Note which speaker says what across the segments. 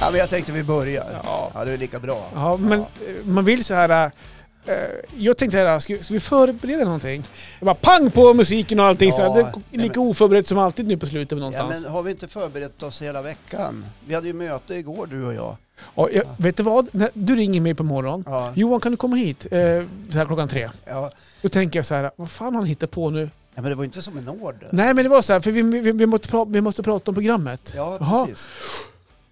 Speaker 1: Ja, men jag tänkte vi börjar.
Speaker 2: Ja.
Speaker 1: Ja, det är lika bra.
Speaker 2: Ja, men eh, man vill så här... eh, jag tänkte här, ska, ska vi förbereda någonting? Det bara pang på musiken och allting. så här.
Speaker 1: Ja,
Speaker 2: Det är lika oförberett som alltid nu på slutet
Speaker 1: Ja,
Speaker 2: någonstans.
Speaker 1: men har vi inte förberett oss hela veckan? Vi hade ju möte igår du och jag.
Speaker 2: Ja, jag, Vet du vad? När du ringer mig på morgonen.
Speaker 1: Ja,
Speaker 2: Johan kan du komma hit? Eh, så här klockan tre.
Speaker 1: ja.
Speaker 2: Då tänker jag så här, vad fan har han hittat på nu?
Speaker 1: ja men det var ju inte som en order.
Speaker 2: Nej men det var så här, för vi, vi, vi, måste, pra, vi måste prata om programmet.
Speaker 1: Ja,
Speaker 2: Jaha.
Speaker 1: precis.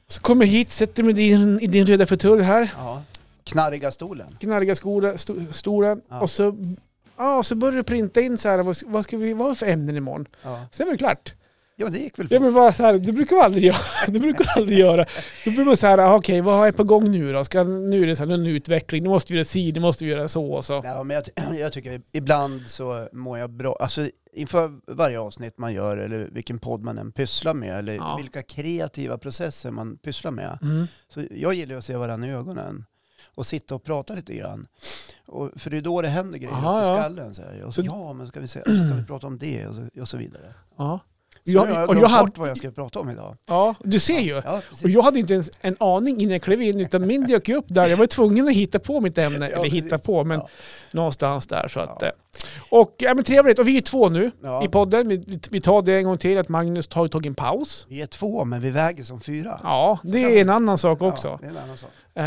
Speaker 2: Så kommer jag hit, sätter mig i din, i din röda fåtölj här,
Speaker 1: Ja. Knarriga stolen.
Speaker 2: knarriga skola, sto, stolen
Speaker 1: Ja.
Speaker 2: och så, ja, så börjar du printa in så här, vad, vad ska vi vara för ämnen imorgon?
Speaker 1: Ja.
Speaker 2: Sen var det klart.
Speaker 1: ja, men det gick väl
Speaker 2: Ja
Speaker 1: fort.
Speaker 2: men bara så här, det brukar man aldrig göra. Det brukar man aldrig göra. Då blir man så här, ah, okej vad har jag på gång nu då? Ska, nu är det så här, en utveckling, nu måste vi göra si, nu måste vi göra så och så.
Speaker 1: Ja, men jag, ty- jag tycker ibland så mår jag bra. Alltså inför varje avsnitt man gör eller vilken podd man än pysslar med eller
Speaker 2: Ja.
Speaker 1: vilka kreativa processer man pysslar med.
Speaker 2: Mm.
Speaker 1: Så jag gillar ju att se varandra i ögonen och sitta och prata lite grann. Och, för det är då det händer grejer
Speaker 2: Aha,
Speaker 1: i
Speaker 2: ja.
Speaker 1: skallen. Så här. Och så,
Speaker 2: Så-
Speaker 1: ja, men ska vi, se, ska vi prata om det och så, och så vidare.
Speaker 2: Ja.
Speaker 1: Så
Speaker 2: Jag-
Speaker 1: nu har jag
Speaker 2: och jag
Speaker 1: glömt
Speaker 2: hade-
Speaker 1: bort vad jag ska prata om idag.
Speaker 2: ja, du ser ju.
Speaker 1: Ja,
Speaker 2: Och
Speaker 1: precis.
Speaker 2: jag hade inte ens en aning innan jag klev in, utan min dök ju upp där. Jag var tvungen att hitta på mitt ämne,
Speaker 1: Ja,
Speaker 2: eller hitta
Speaker 1: precis.
Speaker 2: på, men
Speaker 1: Ja.
Speaker 2: någonstans där. Så att,
Speaker 1: Ja.
Speaker 2: eh, Och ja, men trevligt, och vi är två nu
Speaker 1: Ja.
Speaker 2: i podden. Vi, vi- vi tar det en gång till, att Magnus har tagit en paus.
Speaker 1: Vi är två, men vi väger som fyra.
Speaker 2: Ja, det
Speaker 1: kan man-
Speaker 2: är en annan sak
Speaker 1: Ja,
Speaker 2: också.
Speaker 1: det är en annan sak.
Speaker 2: Eh,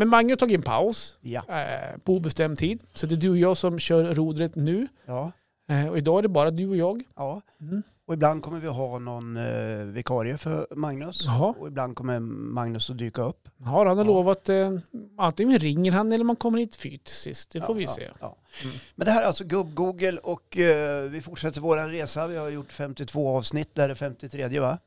Speaker 2: Men Magnus har tagit en paus
Speaker 1: Ja.
Speaker 2: eh, på obestämd tid. Så det är du och jag som kör rodret nu.
Speaker 1: ja,
Speaker 2: Eh, Och idag är det bara du och jag.
Speaker 1: ja.
Speaker 2: Mm.
Speaker 1: Och ibland kommer vi ha någon eh, vikarie för Magnus.
Speaker 2: Jaha.
Speaker 1: Och ibland kommer Magnus att dyka upp.
Speaker 2: Har han har
Speaker 1: Ja.
Speaker 2: lovat, eh, antingen ringer han eller man kommer hit fysiskt. Det får
Speaker 1: Ja,
Speaker 2: vi
Speaker 1: ja,
Speaker 2: se.
Speaker 1: ja.
Speaker 2: Mm.
Speaker 1: Men det här är alltså gubb-Google och eh, vi fortsätter vår resa. Vi har gjort 52 avsnitt, där är 53 va?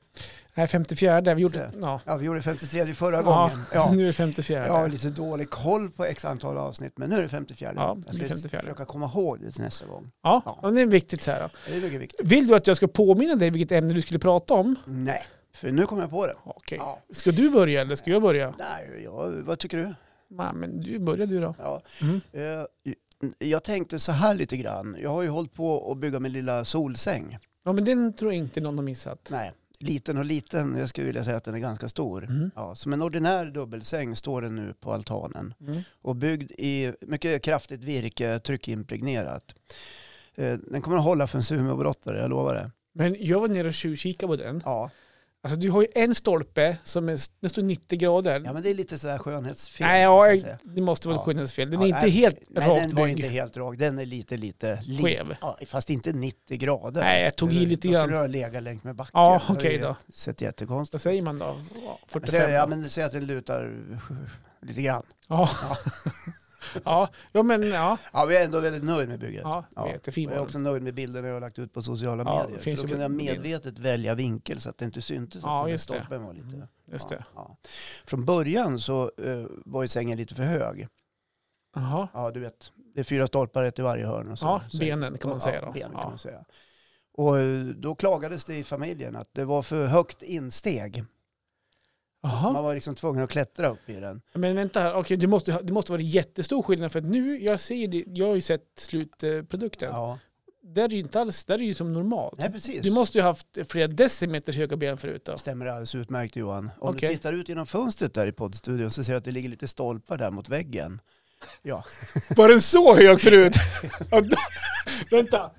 Speaker 2: Nej, 54, vi gjorde...
Speaker 1: Se.
Speaker 2: Ja.
Speaker 1: Ja, vi gjorde 53 förra
Speaker 2: Ja,
Speaker 1: gången. Ja.
Speaker 2: nu är det 54.
Speaker 1: Jag har lite dålig koll på x antal avsnitt, men nu är det 54.
Speaker 2: Ja,
Speaker 1: jag
Speaker 2: det
Speaker 1: ska
Speaker 2: är 54.
Speaker 1: försöka komma ihåg det till nästa gång.
Speaker 2: Ja,
Speaker 1: Ja.
Speaker 2: ja, det är viktigt så här. då.
Speaker 1: Det är mycket viktigt.
Speaker 2: Vill du att jag ska påminna dig vilket ämne du skulle prata om?
Speaker 1: Nej, för nu kommer jag på det.
Speaker 2: Okej.
Speaker 1: Ja.
Speaker 2: Ska du börja eller ska jag börja?
Speaker 1: Nej, ja, vad tycker du?
Speaker 2: Nej, men du börjar du då.
Speaker 1: Ja.
Speaker 2: Mm.
Speaker 1: Eh, jag tänkte så här lite grann. Jag har ju hållit på att bygga min lilla solsäng.
Speaker 2: Ja, men den tror jag inte någon har missat.
Speaker 1: Nej, liten och liten. Jag skulle vilja säga att den är ganska stor.
Speaker 2: Mm.
Speaker 1: Ja, som en ordinär dubbelsäng står den nu på altanen.
Speaker 2: Mm.
Speaker 1: och byggd i mycket kraftigt virke, tryckimpregnerat. Eh, Den kommer att hålla för en sumo-brottare, jag lovar det.
Speaker 2: Men jag var nere och tjuvkikade på den.
Speaker 1: Ja.
Speaker 2: Alltså, du har ju en stolpe som är, den står 90 grader.
Speaker 1: ja, men det är lite sådär skönhetsfel.
Speaker 2: nej, ja,
Speaker 1: kan jag säga.
Speaker 2: det måste vara
Speaker 1: Ja.
Speaker 2: ja. skönhetsfel. Den
Speaker 1: Ja,
Speaker 2: är inte
Speaker 1: nej,
Speaker 2: helt
Speaker 1: Nej, den
Speaker 2: rakt
Speaker 1: var
Speaker 2: byggd.
Speaker 1: inte helt rak. Den är lite, lite... li-
Speaker 2: Skev.
Speaker 1: Ja, fast inte 90 grader.
Speaker 2: Nej, jag tog i lite
Speaker 1: Då
Speaker 2: grann.
Speaker 1: skulle du ha legat längs med backen.
Speaker 2: Ja,
Speaker 1: Det har
Speaker 2: okej
Speaker 1: ju
Speaker 2: då.
Speaker 1: sett jättekonstigt.
Speaker 2: Vad säger man då? Ja,
Speaker 1: Men
Speaker 2: 45?
Speaker 1: säg- Ja, men säg att den lutar lite grann.
Speaker 2: ja. ja. ja, men ja.
Speaker 1: Ja, vi är ändå väldigt nöjd med bygget.
Speaker 2: ja.
Speaker 1: Ja.
Speaker 2: ja. Jättefin
Speaker 1: Jag
Speaker 2: var
Speaker 1: är
Speaker 2: den.
Speaker 1: också nöjd med bilderna jag har lagt ut på sociala
Speaker 2: Ja, det
Speaker 1: medier.
Speaker 2: finns
Speaker 1: För då
Speaker 2: ju
Speaker 1: kunde jag
Speaker 2: bilder.
Speaker 1: medvetet välja vinkel så att det inte syntes
Speaker 2: Ja,
Speaker 1: att den där
Speaker 2: just det. Mm,
Speaker 1: stolpen var lite...
Speaker 2: Just
Speaker 1: ja,
Speaker 2: det.
Speaker 1: Ja. Från början så eh, var ju sängen lite för hög.
Speaker 2: Jaha.
Speaker 1: Ja, du vet, det är fyra stolpar, ett i varje hörn. Och så,
Speaker 2: Ja,
Speaker 1: så-
Speaker 2: benen kan man säga
Speaker 1: Ja,
Speaker 2: då.
Speaker 1: benen kan
Speaker 2: Ja.
Speaker 1: man säga. Och eh, då klagades det i familjen att det var för högt insteg.
Speaker 2: Jaha.
Speaker 1: Man var liksom tvungen att klättra upp i den.
Speaker 2: Men vänta här, okej, det, måste, det måste vara jättestor skillnad för att nu, jag ser ju det, jag har ju sett slutprodukten.
Speaker 1: Ja,
Speaker 2: Där är ju inte alls, där är ju som normalt.
Speaker 1: nej precis.
Speaker 2: Du måste ju haft flera decimeter höga ben förut då.
Speaker 1: Stämmer alldeles utmärkt Johan. Om
Speaker 2: Okej.
Speaker 1: du tittar ut genom fönstret där i poddstudion så ser du att det ligger lite stolpar där mot väggen. Ja,
Speaker 2: Var den så hög förut? Ja, då- vänta.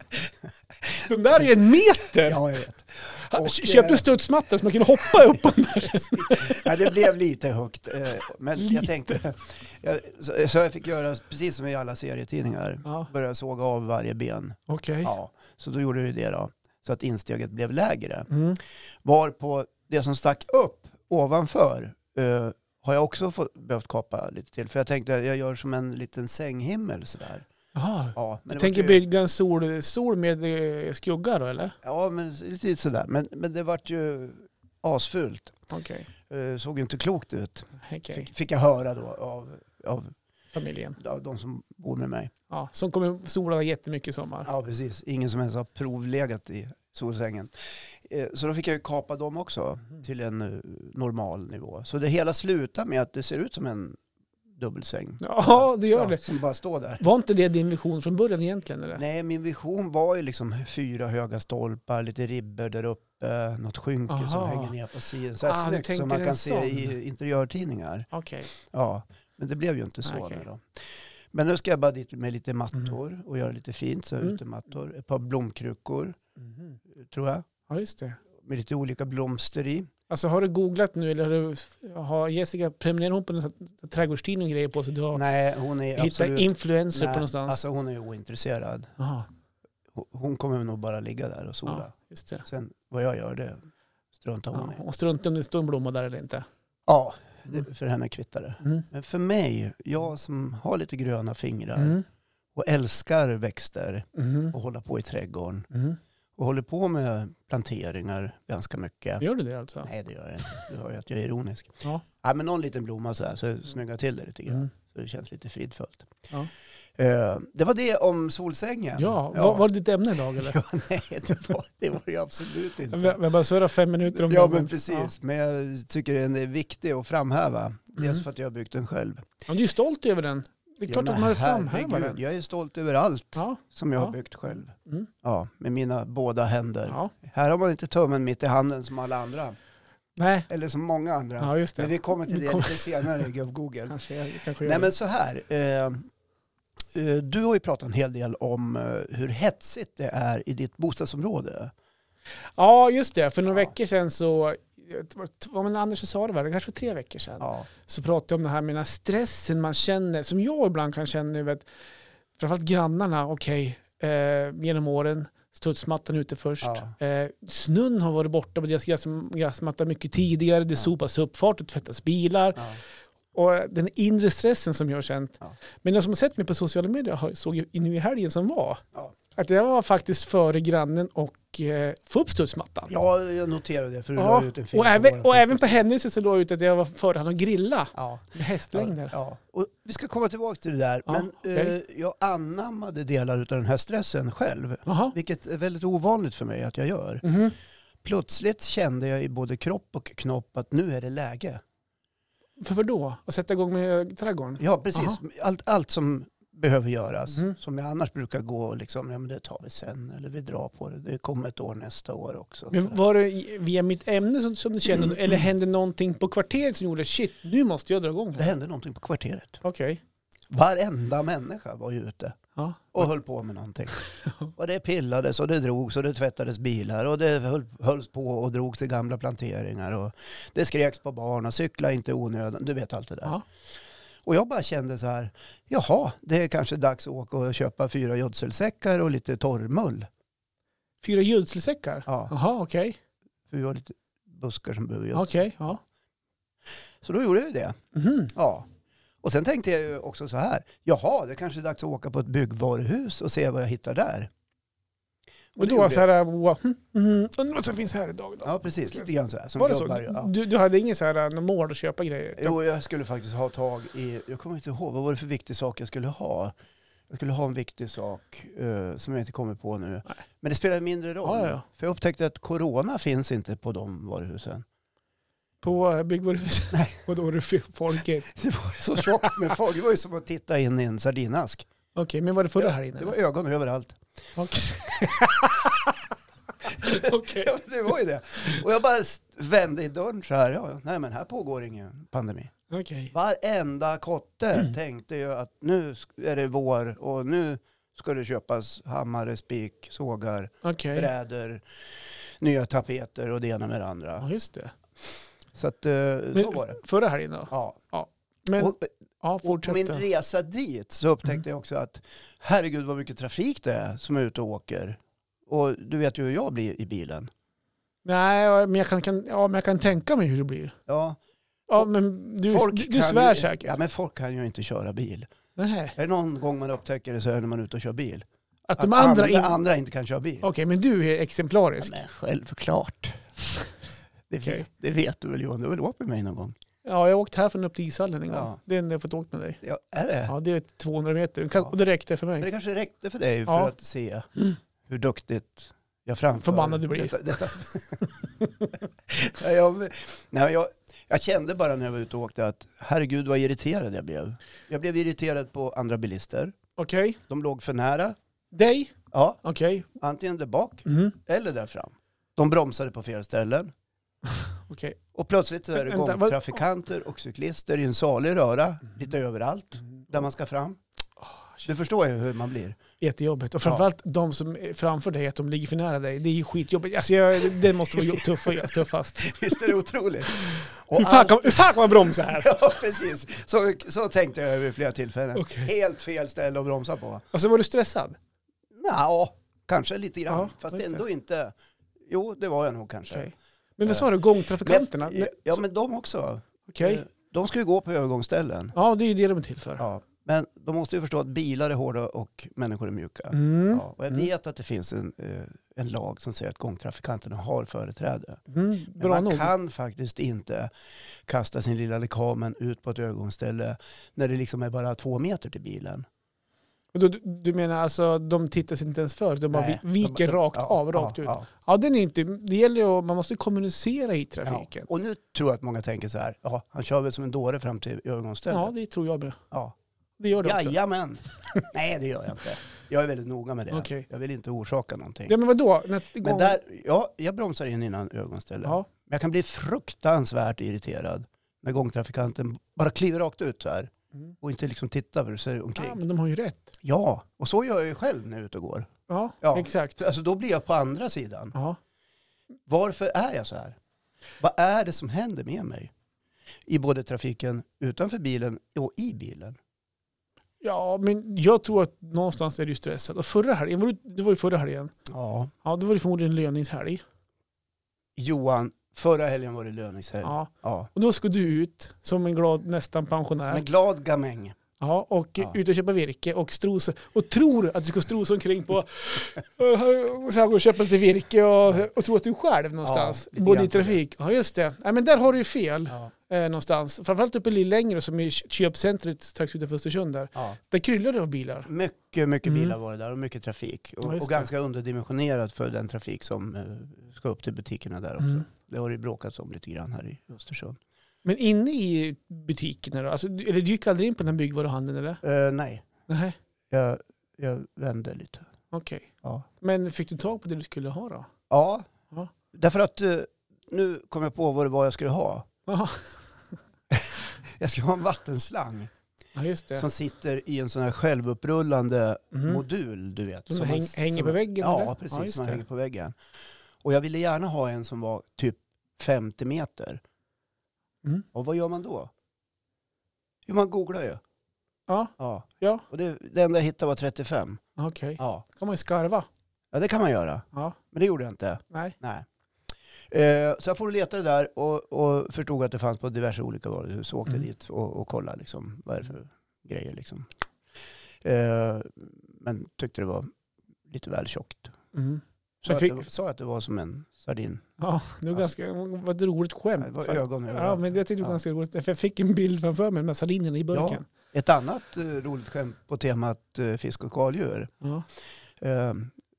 Speaker 2: De där är ju en meter!
Speaker 1: ja jag vet.
Speaker 2: Ha,
Speaker 1: och,
Speaker 2: Köp
Speaker 1: eh,
Speaker 2: en studsmatta så man kan hoppa upp på den där.
Speaker 1: Ja, det blev lite högt. eh, Men jag
Speaker 2: Lite.
Speaker 1: tänkte, jag, så, så jag fick göra precis som i alla serietidningar.
Speaker 2: Ja,
Speaker 1: Börja såga av varje ben.
Speaker 2: okej.
Speaker 1: Ja, så då gjorde vi det då. Så att insteget blev lägre.
Speaker 2: Mm.
Speaker 1: Var på det som stack upp ovanför eh, har jag också fått, behövt kapa lite till. För jag tänkte jag gör som en liten sänghimmel sådär.
Speaker 2: Jaha.
Speaker 1: Ja, men
Speaker 2: Du
Speaker 1: det
Speaker 2: tänker
Speaker 1: vart ju,
Speaker 2: bygga en sol, sol med eh, skugga då eller?
Speaker 1: Ja, men lite sådär. Men, men det vart ju asfult.
Speaker 2: Okej.
Speaker 1: Eh, Såg ju inte klokt ut.
Speaker 2: Okej,
Speaker 1: Fick, fick jag höra då av, av
Speaker 2: familjen.
Speaker 1: av de som bor med mig.
Speaker 2: Ja, som kommer sola jättemycket i sommar.
Speaker 1: Ja, precis. Ingen som ens har provlegat i solsängen. Eh, Så då fick jag ju kapa dem
Speaker 2: Mhm.
Speaker 1: också till en eh, normal nivå. Så det hela slutar med att det ser ut som en dubbelsäng.
Speaker 2: Ja, det gör
Speaker 1: Ja,
Speaker 2: det.
Speaker 1: Som bara står där.
Speaker 2: Var inte det din vision från början egentligen? Eller?
Speaker 1: Nej, min vision var ju liksom fyra höga stolpar, lite ribbor där uppe, något skynke som
Speaker 2: Aha.
Speaker 1: hänger ner på sidan. Så här
Speaker 2: Ah, du
Speaker 1: snyggt
Speaker 2: tänker
Speaker 1: som man
Speaker 2: en
Speaker 1: kan se
Speaker 2: sån.
Speaker 1: i interiörtidningar.
Speaker 2: Okej.
Speaker 1: Ja, men det blev ju inte så.
Speaker 2: Ah, Okej.
Speaker 1: nu Då. Men nu ska jag bara dit med lite mattor och göra lite fint, så här
Speaker 2: Mm.
Speaker 1: utemattor. Ett par blomkrukor,
Speaker 2: Mhm.
Speaker 1: tror jag,
Speaker 2: Ja, just det.
Speaker 1: med lite olika blomster i.
Speaker 2: Alltså har du googlat nu eller har, du, har Jessica, prenumererar hon på någon sån här trädgårdstidning och grejer på så du har
Speaker 1: Nej, hon är
Speaker 2: hittat
Speaker 1: absolut...
Speaker 2: influencer på
Speaker 1: nej,
Speaker 2: någonstans?
Speaker 1: Alltså hon är ointresserad.
Speaker 2: Aha,
Speaker 1: Hon- Hon kommer nog bara ligga där och sola.
Speaker 2: ja, just det.
Speaker 1: Sen vad jag gör, det struntar hon
Speaker 2: Ja,
Speaker 1: i.
Speaker 2: och strunt om det står en blomma där eller inte.
Speaker 1: Ja,
Speaker 2: Mm.
Speaker 1: det, för henne kvittar det.
Speaker 2: Mm.
Speaker 1: Men för mig, jag som har lite gröna fingrar
Speaker 2: Mm.
Speaker 1: och älskar växter
Speaker 2: Mhm.
Speaker 1: och hålla på i trädgården
Speaker 2: Mhm.
Speaker 1: och håller på med planteringar ganska mycket.
Speaker 2: Gör du det alltså?
Speaker 1: Nej, det gör jag inte. Du hör ju att jag är ironisk.
Speaker 2: Ja.
Speaker 1: Ja, men någon liten blomma så här, så snygga till det lite grann.
Speaker 2: Mm.
Speaker 1: Så det känns lite fridfullt.
Speaker 2: Ja.
Speaker 1: Eh, det var det om solsängen.
Speaker 2: Ja, var, var det ditt ämne idag eller?
Speaker 1: Ja, nej, det var det var ju absolut inte.
Speaker 2: Vi vi har bara surrat fem minuter om
Speaker 1: Ja,
Speaker 2: det.
Speaker 1: men precis. Men jag tycker den är viktig att framhäva. Dels
Speaker 2: Mm.
Speaker 1: för att jag har byggt den själv.
Speaker 2: Ja. Men du är ju stolt över den. Det är klart
Speaker 1: Ja,
Speaker 2: att
Speaker 1: men
Speaker 2: man framhäver
Speaker 1: herregud,
Speaker 2: den.
Speaker 1: Jag är stolt över allt
Speaker 2: Ja,
Speaker 1: som jag
Speaker 2: Ja.
Speaker 1: har byggt själv.
Speaker 2: Mm.
Speaker 1: Ja, med mina båda händer.
Speaker 2: ja.
Speaker 1: Här har man inte tummen mitt i handen som alla andra.
Speaker 2: Nej,
Speaker 1: Eller som många andra.
Speaker 2: ja just
Speaker 1: Men
Speaker 2: det.
Speaker 1: vi kommer till
Speaker 2: Vi
Speaker 1: det
Speaker 2: kommer-
Speaker 1: lite senare, gubb Google.
Speaker 2: Kanske, jag- kanske
Speaker 1: Nej, men så här. Eh, eh, du har ju pratat en hel del om eh, hur hetsigt det är i ditt bostadsområde.
Speaker 2: Ja, just det. För några
Speaker 1: Ja.
Speaker 2: veckor sedan så, det var t- vad men Anders och Sara var det, kanske tre veckor sedan,
Speaker 1: Ja,
Speaker 2: så pratade jag om det här med den här stressen man känner, som jag ibland kan känna nu, vet, framförallt grannarna, okej, eh, genom åren, studsmattan ute först.
Speaker 1: Ja.
Speaker 2: Eh, snön har varit borta på deras gräs, gräsmatta mycket tidigare, det
Speaker 1: Ja.
Speaker 2: sopas upp, fart och tvättas bilar.
Speaker 1: ja,
Speaker 2: Och eh, den inre stressen som jag har känt.
Speaker 1: Ja.
Speaker 2: Men de som har sett mig på sociala medier har- såg ju nu i helgen som var,
Speaker 1: Ja.
Speaker 2: att jag var faktiskt före grannen och eh, få upp studsmattan.
Speaker 1: ja jag noterade det för du la
Speaker 2: Ja,
Speaker 1: ut en film.
Speaker 2: och
Speaker 1: på
Speaker 2: även,
Speaker 1: våran
Speaker 2: och även på hennes så låg jag ut att jag var före han och grilla
Speaker 1: Ja,
Speaker 2: med hästlängder.
Speaker 1: ja. Och vi ska komma tillbaka till det där.
Speaker 2: Ja,
Speaker 1: men
Speaker 2: okej.
Speaker 1: eh, jag anammade delar av den här stressen själv.
Speaker 2: Jaha.
Speaker 1: Vilket är väldigt ovanligt för mig att jag gör.
Speaker 2: Mhm.
Speaker 1: Plötsligt kände jag i både kropp och knopp att nu är det läge.
Speaker 2: För vad då? Att sätta igång med eh, trädgården?
Speaker 1: Ja, precis.
Speaker 2: Aha.
Speaker 1: Allt, allt som behöver göras,
Speaker 2: Mhm.
Speaker 1: som jag annars brukar gå och liksom, ja men det tar vi sen eller vi drar på det. Det kommer ett år nästa år också.
Speaker 2: Men var det i- via mitt ämne som, som du kände, eller hände någonting på kvarteret som gjorde shit, nu måste jag dra igång
Speaker 1: Det
Speaker 2: här?
Speaker 1: hände någonting på kvarteret.
Speaker 2: Okej.
Speaker 1: Varenda människa var ju ute
Speaker 2: Ja.
Speaker 1: och höll på med någonting. Och det pillades och det drogs och det tvättades bilar och det höll, hölls på och drogs i gamla planteringar och det skreks på barn och cykla inte i onödan. Du vet allt det där.
Speaker 2: Ja.
Speaker 1: Och jag bara kände så här, jaha, det är kanske dags att åka och köpa fyra gödselsäckar och lite torrmull.
Speaker 2: Fyra gödselsäckar?
Speaker 1: Ja,
Speaker 2: Jaha, okej.
Speaker 1: för vi har lite buskar som behöver gödsel.
Speaker 2: Okej, ja.
Speaker 1: Så då gjorde jag ju det.
Speaker 2: Mhm.
Speaker 1: Ja. Och sen tänkte jag ju också så här, jaha, det kanske är dags att åka på ett byggvaruhus och se vad jag hittar där.
Speaker 2: Och
Speaker 1: gjorde
Speaker 2: då så här, wow, mm, mm, undrar vad som finns här idag då?
Speaker 1: jag. Ja, precis. Lite grann så här, som
Speaker 2: var det
Speaker 1: gubbar. Ja.
Speaker 2: så? Mm. Du, du hade ingen så här, någon mål att köpa grejer?
Speaker 1: Jo, jag skulle faktiskt ha tag i, jag kommer inte ihåg, vad var det för viktig sak jag skulle ha? Jag skulle ha en viktig sak eh, som jag inte kommer på nu. Men det spelar mindre roll.
Speaker 2: Ja, ja.
Speaker 1: För jag upptäckte att corona finns inte på de varuhusen.
Speaker 2: På eh, byggvaruhus?
Speaker 1: Nej.
Speaker 2: Och då är det f- folket.
Speaker 1: Det var ju så tjockt med folk. Det var ju som att titta in i en sardinask.
Speaker 2: Okej, men var det förra här inne?
Speaker 1: Det var ögon överallt.
Speaker 2: Okej.
Speaker 1: Ja, det var ju det. Och jag bara vände i dörren så här. Ja, nej, men här pågår ingen pandemi.
Speaker 2: Okej.
Speaker 1: Varenda kotte tänkte ju att nu är det vår och nu ska det köpas hammare, spik, sågar,
Speaker 2: Okej.
Speaker 1: brädor, nya tapeter och det ena med det andra.
Speaker 2: Ja, just det.
Speaker 1: Så att, eh, så
Speaker 2: Men-
Speaker 1: var det.
Speaker 2: Förra helgen då?
Speaker 1: Ja.
Speaker 2: Men,
Speaker 1: Och,
Speaker 2: ja,
Speaker 1: och på
Speaker 2: fortsätt.
Speaker 1: min
Speaker 2: då.
Speaker 1: resa dit så upptäckte jag också att herregud vad mycket trafik det är som är ute och åker. Och du vet ju hur jag blir i bilen.
Speaker 2: Nej, ja, men jag kan, kan, ja, men jag kan tänka mig hur det blir.
Speaker 1: Ja,
Speaker 2: Ja, men du,
Speaker 1: folk
Speaker 2: du, du
Speaker 1: kan
Speaker 2: svär
Speaker 1: ju,
Speaker 2: säkert.
Speaker 1: Ja, men folk kan ju inte köra bil.
Speaker 2: Nej.
Speaker 1: Är det någon gång man upptäcker det så är det när man är ute och kör bil.
Speaker 2: Att de andra
Speaker 1: andra,
Speaker 2: inte...
Speaker 1: andra inte kan köra bil.
Speaker 2: Okej, men du är exemplarisk.
Speaker 1: Ja, men självklart. Det vet,
Speaker 2: Okej.
Speaker 1: det vet du väl Johan, du har väl åkt med mig någon gång?
Speaker 2: Ja, jag har åkt härifrån upp till ishallen en gång.
Speaker 1: Ja.
Speaker 2: Det är när jag fått åkt med dig.
Speaker 1: Ja, är det?
Speaker 2: Ja, det är 200 meter. Det Kan,
Speaker 1: Ja.
Speaker 2: Och det räckte för
Speaker 1: Men det
Speaker 2: mig.
Speaker 1: kanske räckte för dig för
Speaker 2: Ja.
Speaker 1: att se hur duktigt jag framför
Speaker 2: Förbannad du blir.
Speaker 1: Detta, detta. ja, jag, nej, jag, Jag kände bara när jag var ute och åkte att herregud vad irriterad jag blev. Jag blev irriterad på andra bilister.
Speaker 2: Okej.
Speaker 1: De låg för nära.
Speaker 2: Dig?
Speaker 1: Ja,
Speaker 2: Okej.
Speaker 1: antingen där bak
Speaker 2: Mhm.
Speaker 1: eller där fram. De bromsade på fel ställen.
Speaker 2: Okej.
Speaker 1: Och plötsligt så är det
Speaker 2: Vänta, vad- Mm.
Speaker 1: gångtrafikanter och cyklister i en salig röra lite överallt där man ska fram. Du förstår ju hur man blir.
Speaker 2: Jättejobbigt. Och framförallt de som är framför dig, att de ligger för nära dig. Det är ju skitjobbigt. Alltså, jag, det måste vara tuffa, tuffast.
Speaker 1: Visst är det otroligt? Och
Speaker 2: Hur fan
Speaker 1: allt-
Speaker 2: kan, hur fan kan man bromsa här?
Speaker 1: Ja, precis. Så, så tänkte jag vid flera tillfällen.
Speaker 2: Okej.
Speaker 1: Helt fel ställe att bromsa på.
Speaker 2: Alltså var du stressad?
Speaker 1: Ja, kanske lite grann.
Speaker 2: Ja,
Speaker 1: Fast
Speaker 2: just
Speaker 1: ändå inte. Jo, det var jag nog kanske.
Speaker 2: Okej. Men vad sa du, gångtrafikanterna?
Speaker 1: Men, ja, men de också.
Speaker 2: Okej.
Speaker 1: De ska ju gå på övergångsställen.
Speaker 2: Ja, det är ju det de är till för.
Speaker 1: Ja. Men de måste ju förstå att bilar är hårda och människor är mjuka.
Speaker 2: Mm.
Speaker 1: Ja, och jag
Speaker 2: Mm.
Speaker 1: vet att det finns en, eh, en lag som säger att gångtrafikanterna har företräde.
Speaker 2: Mm.
Speaker 1: Men
Speaker 2: Bra
Speaker 1: man
Speaker 2: nog.
Speaker 1: kan faktiskt inte kasta sin lilla lekamen ut på ett övergångsställe när det liksom är bara två meter till bilen.
Speaker 2: Och Du, du menar alltså, de tittar sig inte ens för, de bara
Speaker 1: Nej,
Speaker 2: vi- viker
Speaker 1: de- de-
Speaker 2: rakt
Speaker 1: ja,
Speaker 2: av, rakt
Speaker 1: ja,
Speaker 2: ut. Ja,
Speaker 1: ja,
Speaker 2: den är inte, det gäller ju, att- man måste kommunicera i
Speaker 1: ja.
Speaker 2: trafiken.
Speaker 1: Och nu tror jag att många tänker så här, ja, han kör väl som en dåre fram till
Speaker 2: Ja,
Speaker 1: övergångsstället.
Speaker 2: det tror jag med.
Speaker 1: Ja.
Speaker 2: Det gör det också.
Speaker 1: Jajamän! Nej, det gör jag inte. Jag är väldigt noga med det.
Speaker 2: Okej.
Speaker 1: Jag vill inte orsaka någonting.
Speaker 2: Ja, men vadå? När,
Speaker 1: Men där, ja, jag bromsar in innan övergångsstället.
Speaker 2: ja.
Speaker 1: Men jag kan bli fruktansvärt irriterad när gångtrafikanten bara kliver rakt ut så här
Speaker 2: Mm.
Speaker 1: och inte liksom tittar för sig omkring.
Speaker 2: ja, men de har ju rätt.
Speaker 1: Ja, och så gör jag ju själv när jag är ute och går.
Speaker 2: Ja,
Speaker 1: Ja.
Speaker 2: exakt.
Speaker 1: Alltså då blir jag på andra sidan.
Speaker 2: Ja.
Speaker 1: Varför är jag så här? Vad är det som händer med mig? I både trafiken utanför bilen och i bilen.
Speaker 2: ja, men jag tror att någonstans är du stressad. Och förra helgen, var du, det var ju förra helgen,
Speaker 1: Ja.
Speaker 2: ja, då var det förmodligen löningshelg.
Speaker 1: Johan, förra helgen var det löningshelg. Ja.
Speaker 2: Ja. Och då ska du ut som en glad nästan pensionär.
Speaker 1: Med glad gamäng.
Speaker 2: Ja, och
Speaker 1: Ja.
Speaker 2: ut och köpa virke och strosa. Och tror att du ska strosa omkring på och så här gå och köpa lite virke och, och tro att du är själv någonstans.
Speaker 1: lite
Speaker 2: Både
Speaker 1: grann
Speaker 2: i
Speaker 1: tror jag.
Speaker 2: trafik. Ja, just det. Nej, men där har du ju fel
Speaker 1: Ja.
Speaker 2: eh, någonstans. Framförallt uppe i Lillängre som är kö- köpcentret strax utanför Östersund där. Där kryllar det av bilar.
Speaker 1: Mycket, mycket
Speaker 2: Mm.
Speaker 1: bilar var det där och mycket trafik.
Speaker 2: Ja,
Speaker 1: Och,
Speaker 2: just
Speaker 1: och
Speaker 2: det.
Speaker 1: ganska underdimensionerat för den trafik som eh, ska upp till butikerna där också.
Speaker 2: Mm.
Speaker 1: Det har det ju bråkats om lite grann här i Östersund.
Speaker 2: Men inne i butikerna då? Alltså, du- eller du gick aldrig in på den här byggvaruhandeln eller?
Speaker 1: Eh, nej,
Speaker 2: Nej,
Speaker 1: jag, jag vände lite.
Speaker 2: okej.
Speaker 1: Ja.
Speaker 2: Men fick du tag på det du skulle ha då?
Speaker 1: Ja,
Speaker 2: Ja.
Speaker 1: därför att eh, nu kom jag på vad det var jag skulle ha.
Speaker 2: Jaha.
Speaker 1: Jag ska ha en vattenslang
Speaker 2: Ja, just det.
Speaker 1: som sitter i en sån här självupprullande
Speaker 2: Mhm.
Speaker 1: modul, du vet.
Speaker 2: Som
Speaker 1: man-
Speaker 2: häng, hänger på väggen
Speaker 1: Ja,
Speaker 2: eller?
Speaker 1: precis.
Speaker 2: just
Speaker 1: som man
Speaker 2: det.
Speaker 1: hänger på väggen. Och jag ville gärna ha en som var typ 50 meter.
Speaker 2: Mm.
Speaker 1: Och vad gör man då? Jo, man googlar ju.
Speaker 2: Ja,
Speaker 1: Ja.
Speaker 2: Ja.
Speaker 1: Och det, det enda jag hittade var 35.
Speaker 2: okej.
Speaker 1: Ja.
Speaker 2: kan man ju skarva.
Speaker 1: ja, det kan man göra.
Speaker 2: Ja,
Speaker 1: Men det gjorde jag inte.
Speaker 2: nej.
Speaker 1: Nej. Eh, så jag får leta det där och, och förstod att det fanns på diverse olika varuhus. Och åkte
Speaker 2: Mm.
Speaker 1: dit och, och kollade liksom, vad är det för grejer. Liksom. Eh, men tyckte det var lite väl tjockt.
Speaker 2: Mm.
Speaker 1: Sa,
Speaker 2: Men
Speaker 1: att,
Speaker 2: fick-
Speaker 1: det, sa att det var som en sardin.
Speaker 2: Ja, det var ganska, vad ett roligt
Speaker 1: Det
Speaker 2: skämt.
Speaker 1: var
Speaker 2: faktiskt.
Speaker 1: ögon
Speaker 2: Ja,
Speaker 1: överallt.
Speaker 2: men jag tyckte det var
Speaker 1: Ja.
Speaker 2: ganska roligt, för jag fick en bild framför mig med sardinerna i burken.
Speaker 1: Ett annat eh, roligt skämt på temat eh, fisk och skaldjur.
Speaker 2: Ja,
Speaker 1: Eh,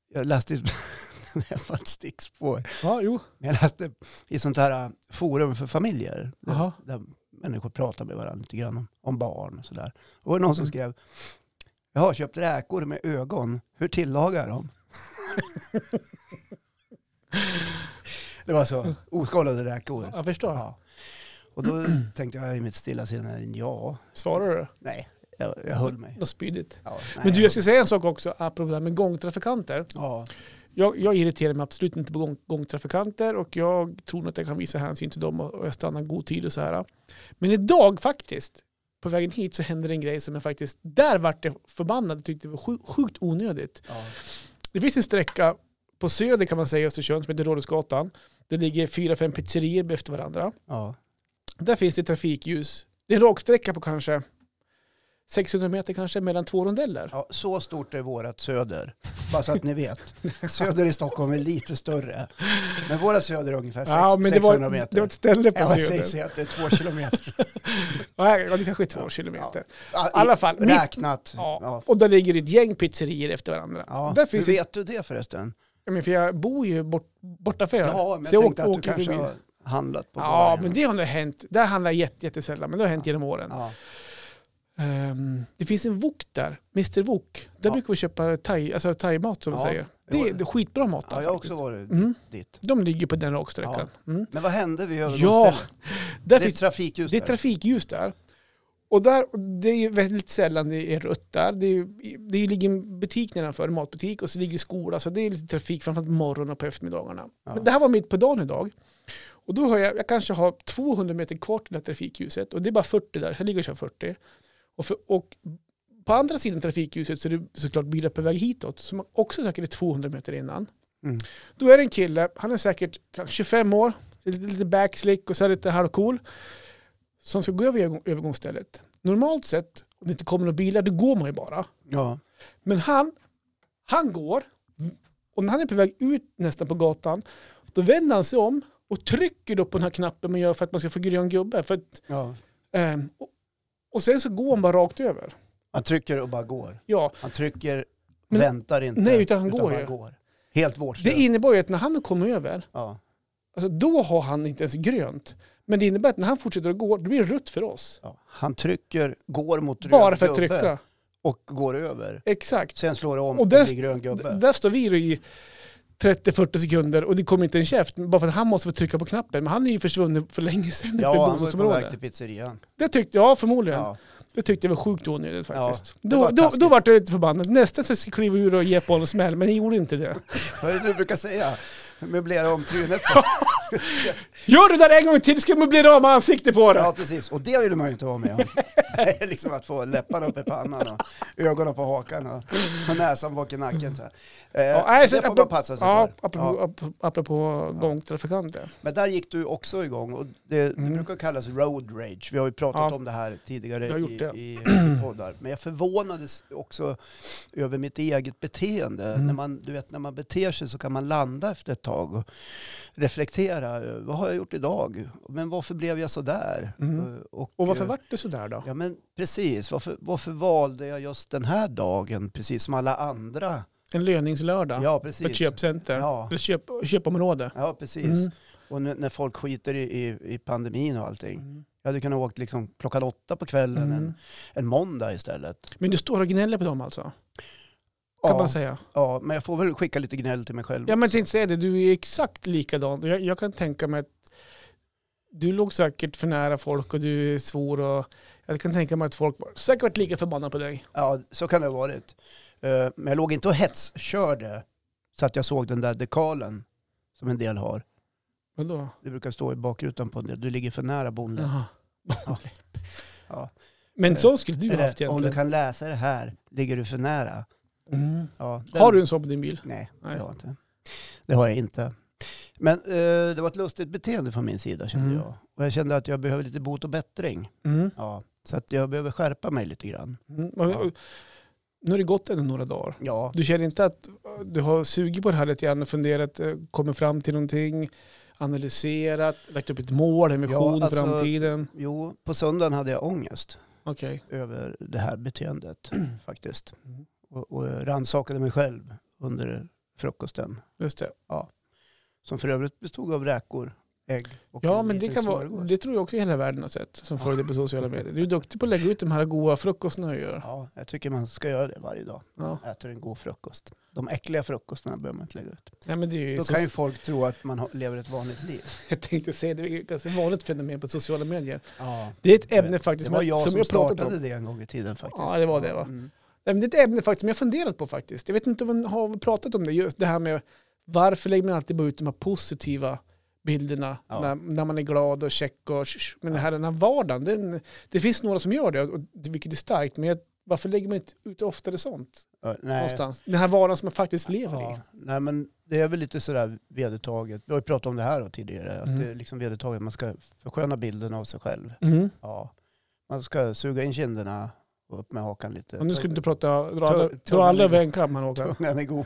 Speaker 1: jag läste, i- det var ett stickspår,
Speaker 2: ja jo.
Speaker 1: men jag läste i sånt här eh, forum för familjer. där-
Speaker 2: Jaha.
Speaker 1: Där människor pratar med varandra lite grann om, om barn och sådär. Och var det någon som
Speaker 2: Mm.
Speaker 1: skrev, jag har köpt räkor med ögon, hur tillagar de? det var så, oskalade räkor.
Speaker 2: Jag förstår.
Speaker 1: Ja. Och då tänkte jag i mitt stilla sinne, ja,
Speaker 2: Svarar du?
Speaker 1: nej, jag, jag höll mig.
Speaker 2: Något spydigt.
Speaker 1: Ja, nej,
Speaker 2: Men du, jag ska säga en sak också, apropå det här med gångtrafikanter.
Speaker 1: Ja,
Speaker 2: Jag, jag irriterar mig absolut inte på gång, gångtrafikanter och jag tror nog att jag kan visa hänsyn till dem och, och jag stannar god tid och så här. Men idag faktiskt, på vägen hit så hände det en grej som jag faktiskt, där vart jag förbannad och tyckte det var sju- sjukt onödigt.
Speaker 1: ja.
Speaker 2: Det finns en sträcka på söder kan man säga i Östersund som heter Rådhusgatan. Det ligger fyra, fem pizzerier efter varandra.
Speaker 1: ja.
Speaker 2: Där finns det trafikljus. Det är en raksträcka på kanske 600 meter kanske mellan två rondeller.
Speaker 1: ja så stort är vårat söder. Bara så att ni vet. Söder i Stockholm är lite större. Men våra söder är ungefär sex,
Speaker 2: Ja, men det
Speaker 1: 600
Speaker 2: var,
Speaker 1: meter.
Speaker 2: det var ett ställe på
Speaker 1: Ja, jag
Speaker 2: söder.
Speaker 1: säger att det är två kilometer.
Speaker 2: Ja, det kanske är två kilometer.
Speaker 1: Ja,
Speaker 2: I alla fall, mitt-
Speaker 1: Räknat.
Speaker 2: Ja.
Speaker 1: Ja.
Speaker 2: Och där ligger det ett gäng pizzerier efter varandra.
Speaker 1: Ja.
Speaker 2: Där
Speaker 1: Hur
Speaker 2: finns det,
Speaker 1: vet du det förresten?
Speaker 2: jag menar, för jag bor ju bort, borta för
Speaker 1: Ja, men
Speaker 2: så
Speaker 1: jag
Speaker 2: jag
Speaker 1: tänkte
Speaker 2: åker-
Speaker 1: att du
Speaker 2: åker
Speaker 1: kanske
Speaker 2: förbi.
Speaker 1: har handlat på
Speaker 2: Ja,
Speaker 1: baren.
Speaker 2: men det har nog hänt. Det här handlar jätte, jättesällan, men det har hänt genom åren.
Speaker 1: Ja.
Speaker 2: Ehm, det finns en wok där, Mr Wok. Där
Speaker 1: Ja.
Speaker 2: brukar vi köpa thai, alltså thai-mat som vi
Speaker 1: Ja,
Speaker 2: säger.
Speaker 1: det
Speaker 2: Det
Speaker 1: var
Speaker 2: är,
Speaker 1: det.
Speaker 2: det är skitbra mat
Speaker 1: ja,
Speaker 2: där
Speaker 1: jag har
Speaker 2: faktiskt.
Speaker 1: också varit
Speaker 2: Mm.
Speaker 1: dit.
Speaker 2: De ligger på den raksträckan. Mm.
Speaker 1: Men vad hände vid
Speaker 2: Ja,
Speaker 1: övergångsstället?
Speaker 2: där
Speaker 1: det är
Speaker 2: finns,
Speaker 1: trafikljus
Speaker 2: det är
Speaker 1: där.
Speaker 2: trafikljus där. Och där, och det är ju väldigt sällan det är rött där. Det, är, ju- det ligger en butik nedanför, en matbutik, och så ligger det skola. Så det är lite trafik, framförallt på morgonen och på eftermiddagarna.
Speaker 1: Ja.
Speaker 2: Men det här var mitt på dagen idag. Och då har jag, jag kanske har 200 meter kvar till det här trafikljuset. Och det är bara 40 där, så jag ligger och kör 40. Och, för, och på andra sidan trafikljuset så är det såklart bilar på väg hitåt, som också säkert är 200 meter innan.
Speaker 1: Mm.
Speaker 2: Då är det en kille, han är säkert kanske 25 år, lite, lite backslick och så här lite halvcool, som ska gå över övergång- övergångsstället. Normalt sett, om det inte kommer några bilar, då går man ju bara.
Speaker 1: Ja.
Speaker 2: Men han, han går och när han är på väg ut nästan på gatan, då vänder han sig om och trycker då på den här knappen man gör för att man ska få grön gubbe. För att,
Speaker 1: Ja.
Speaker 2: ehm, och, och sen så går han bara rakt över.
Speaker 1: Han trycker och bara går.
Speaker 2: Ja,
Speaker 1: Han trycker,
Speaker 2: Men-
Speaker 1: väntar inte.
Speaker 2: nej, utan han går
Speaker 1: bara
Speaker 2: ju.
Speaker 1: går. Helt vårdslöst.
Speaker 2: det innebar ju att när han kommer över,
Speaker 1: Ja.
Speaker 2: Alltså då har han inte ens grönt. Men det innebär att när han fortsätter att gå, då blir det rött för oss.
Speaker 1: Ja. Han trycker, går mot röd
Speaker 2: Bara för att
Speaker 1: gubbe
Speaker 2: trycka.
Speaker 1: Och går över.
Speaker 2: Exakt.
Speaker 1: Sen slår det om
Speaker 2: Och
Speaker 1: och
Speaker 2: där-
Speaker 1: blir grön gubbe.
Speaker 2: D- typ Där står vi då i 30-40 sekunder och det kommer inte en käft. Bara för att han måste få trycka på knappen. Men han är ju försvunnen för länge sedan uppe i
Speaker 1: ja, han var ju på väg
Speaker 2: bostadsområdet.
Speaker 1: till pizzerian.
Speaker 2: Det tyckte jag förmodligen.
Speaker 1: Ja.
Speaker 2: Det tyckte jag var sjukt onödigt
Speaker 1: Ja,
Speaker 2: faktiskt.
Speaker 1: det
Speaker 2: då,
Speaker 1: var
Speaker 2: då,
Speaker 1: taskigt.
Speaker 2: då var jag lite förbannad. Nästan så skulle jag kliva ur och ge på en smäll, men jag gjorde inte det.
Speaker 1: Vad är det du brukar säga? Möblera om trynet.
Speaker 2: Gör du det där en gång till ska jag möblera av med ansiktet på dig.
Speaker 1: Ja, precis. Och det vill man ju inte vara med om. liksom att få läpparna upp i pannan och ögonen på hakan och, och näsan bak i nacken. Så här. Eh,
Speaker 2: nej, så
Speaker 1: det får
Speaker 2: apropå-
Speaker 1: man passa sig
Speaker 2: Ja,
Speaker 1: för.
Speaker 2: apropå, apropå, apropå gångtrafikanter.
Speaker 1: Men där gick du också igång och det, det brukar kallas road rage. Vi har ju pratat
Speaker 2: Mm. Ja.
Speaker 1: om det här tidigare
Speaker 2: Jag har gjort
Speaker 1: i,
Speaker 2: det.
Speaker 1: i poddar. Men jag förvånades också över mitt eget beteende.
Speaker 2: Mm.
Speaker 1: När, man, du vet, när man beter sig så kan man landa efter ett tag och reflektera. eh, Vad har jag gjort idag? Men varför blev jag så där? Eh,
Speaker 2: Mm. Och varför
Speaker 1: eh,
Speaker 2: vart det sådär då?
Speaker 1: Ja men precis, varför, varför valde jag just den här dagen precis som alla andra?
Speaker 2: En löningslördag
Speaker 1: Ja
Speaker 2: på ett
Speaker 1: precis.
Speaker 2: köpcenter,
Speaker 1: Ja.
Speaker 2: eller köp, köpområde.
Speaker 1: Ja precis.
Speaker 2: Mm.
Speaker 1: Och nu, när folk skiter i, i, i pandemin och allting.
Speaker 2: Mm.
Speaker 1: Jag hade kunnat åkt liksom klockan åtta på kvällen
Speaker 2: Mm.
Speaker 1: en, en måndag istället.
Speaker 2: Men du står och gnäller på dem alltså? Kan
Speaker 1: Ja,
Speaker 2: man säga.
Speaker 1: ja, men jag får väl skicka lite gnäll till mig själv.
Speaker 2: Ja men jag tänkte säga det, du är exakt likadan. Jag, jag kan tänka mig att du låg säkert för nära folk och du svor och jag kan tänka mig att folk var säkert varit lika förbannade på dig.
Speaker 1: Ja, så kan det ha varit. Eh, Men jag låg inte och hetskörde så att jag såg den där dekalen som en del har.
Speaker 2: Vadå?
Speaker 1: Det brukar stå i bakrutan på en del. Du ligger för nära bonden.
Speaker 2: Jaha.
Speaker 1: Ja.
Speaker 2: Men
Speaker 1: Eh,
Speaker 2: så skulle du haft
Speaker 1: Eller, om du
Speaker 2: egentligen.
Speaker 1: kan läsa det här, ligger du för nära?
Speaker 2: Mm.
Speaker 1: Ja, den-
Speaker 2: Har du en sån på din bil?
Speaker 1: Nej,
Speaker 2: Nej.
Speaker 1: det har jag inte. Det har jag inte. Men eh, det var ett lustigt beteende från min sida kände
Speaker 2: Mm.
Speaker 1: jag. Och jag kände att jag behöver lite bot och bättring.
Speaker 2: Mm.
Speaker 1: Ja, så att jag behöver skärpa mig lite grann.
Speaker 2: Mm. Men- Nu har det gått ändå några dagar.
Speaker 1: Ja,
Speaker 2: Du känner inte att du har sugit på det här lite grann och funderat, eh, kommit fram till någonting, analyserat, lagt upp ett mål, en vision,
Speaker 1: Ja, alltså-
Speaker 2: framtiden?
Speaker 1: jo, på söndagen hade jag ångest
Speaker 2: Okej.
Speaker 1: över det här beteendet faktiskt.
Speaker 2: Mm.
Speaker 1: Och, och jag rannsakade mig själv under frukosten.
Speaker 2: Just det.
Speaker 1: Som för övrigt bestod av räkor, ägg och
Speaker 2: Ja,
Speaker 1: en
Speaker 2: men det
Speaker 1: liten
Speaker 2: kan vara,
Speaker 1: smörgås.
Speaker 2: det tror jag också hela världen har sett som följer dig på sociala medier. Du är duktig på att lägga ut de här goda frukostarna du gör.
Speaker 1: Ja, jag tycker man ska göra det varje dag.
Speaker 2: Ja.
Speaker 1: Äter en god frukost. De äckliga frukostarna behöver man inte lägga ut.
Speaker 2: Nej, men det är ju
Speaker 1: Då
Speaker 2: så,
Speaker 1: kan ju folk tro att man har- lever ett vanligt liv.
Speaker 2: Jag tänkte säga, det är ett ganska vanligt fenomen på sociala medier.
Speaker 1: Ja.
Speaker 2: Det är ett ämne
Speaker 1: Det
Speaker 2: faktiskt
Speaker 1: var jag som,
Speaker 2: jag pratat
Speaker 1: startade
Speaker 2: om.
Speaker 1: det en gång i tiden faktiskt.
Speaker 2: Ja, det var det, va?
Speaker 1: Mm.
Speaker 2: Nej, men Det är ett ämne faktiskt som jag funderat på faktiskt. Jag vet inte om vi har pratat om det, just det här med varför lägger man alltid bara ut de här positiva bilderna
Speaker 1: Ja.
Speaker 2: när, när man är glad och check och sh- sh. men det här den här vardagen, den, det finns några som gör det, och, det- vilket är starkt, men jag, varför lägger man inte ut oftare sånt
Speaker 1: Ja, nej.
Speaker 2: någonstans? Den här vardagen som man faktiskt lever i.
Speaker 1: Ja, nej, men det är väl lite sådär vedertaget. Vi har ju pratat om det här då tidigare. Att
Speaker 2: Mm.
Speaker 1: det är liksom vedertaget. Man ska försköna bilden av sig själv.
Speaker 2: Mm.
Speaker 1: Ja. Man ska suga in kinderna och upp med hakan lite.
Speaker 2: Om du skulle inte prata, dra,
Speaker 1: Tung-
Speaker 2: alla- dra
Speaker 1: tungan
Speaker 2: alla
Speaker 1: i-
Speaker 2: över en kam här Håkan.
Speaker 1: Tungan i gommen.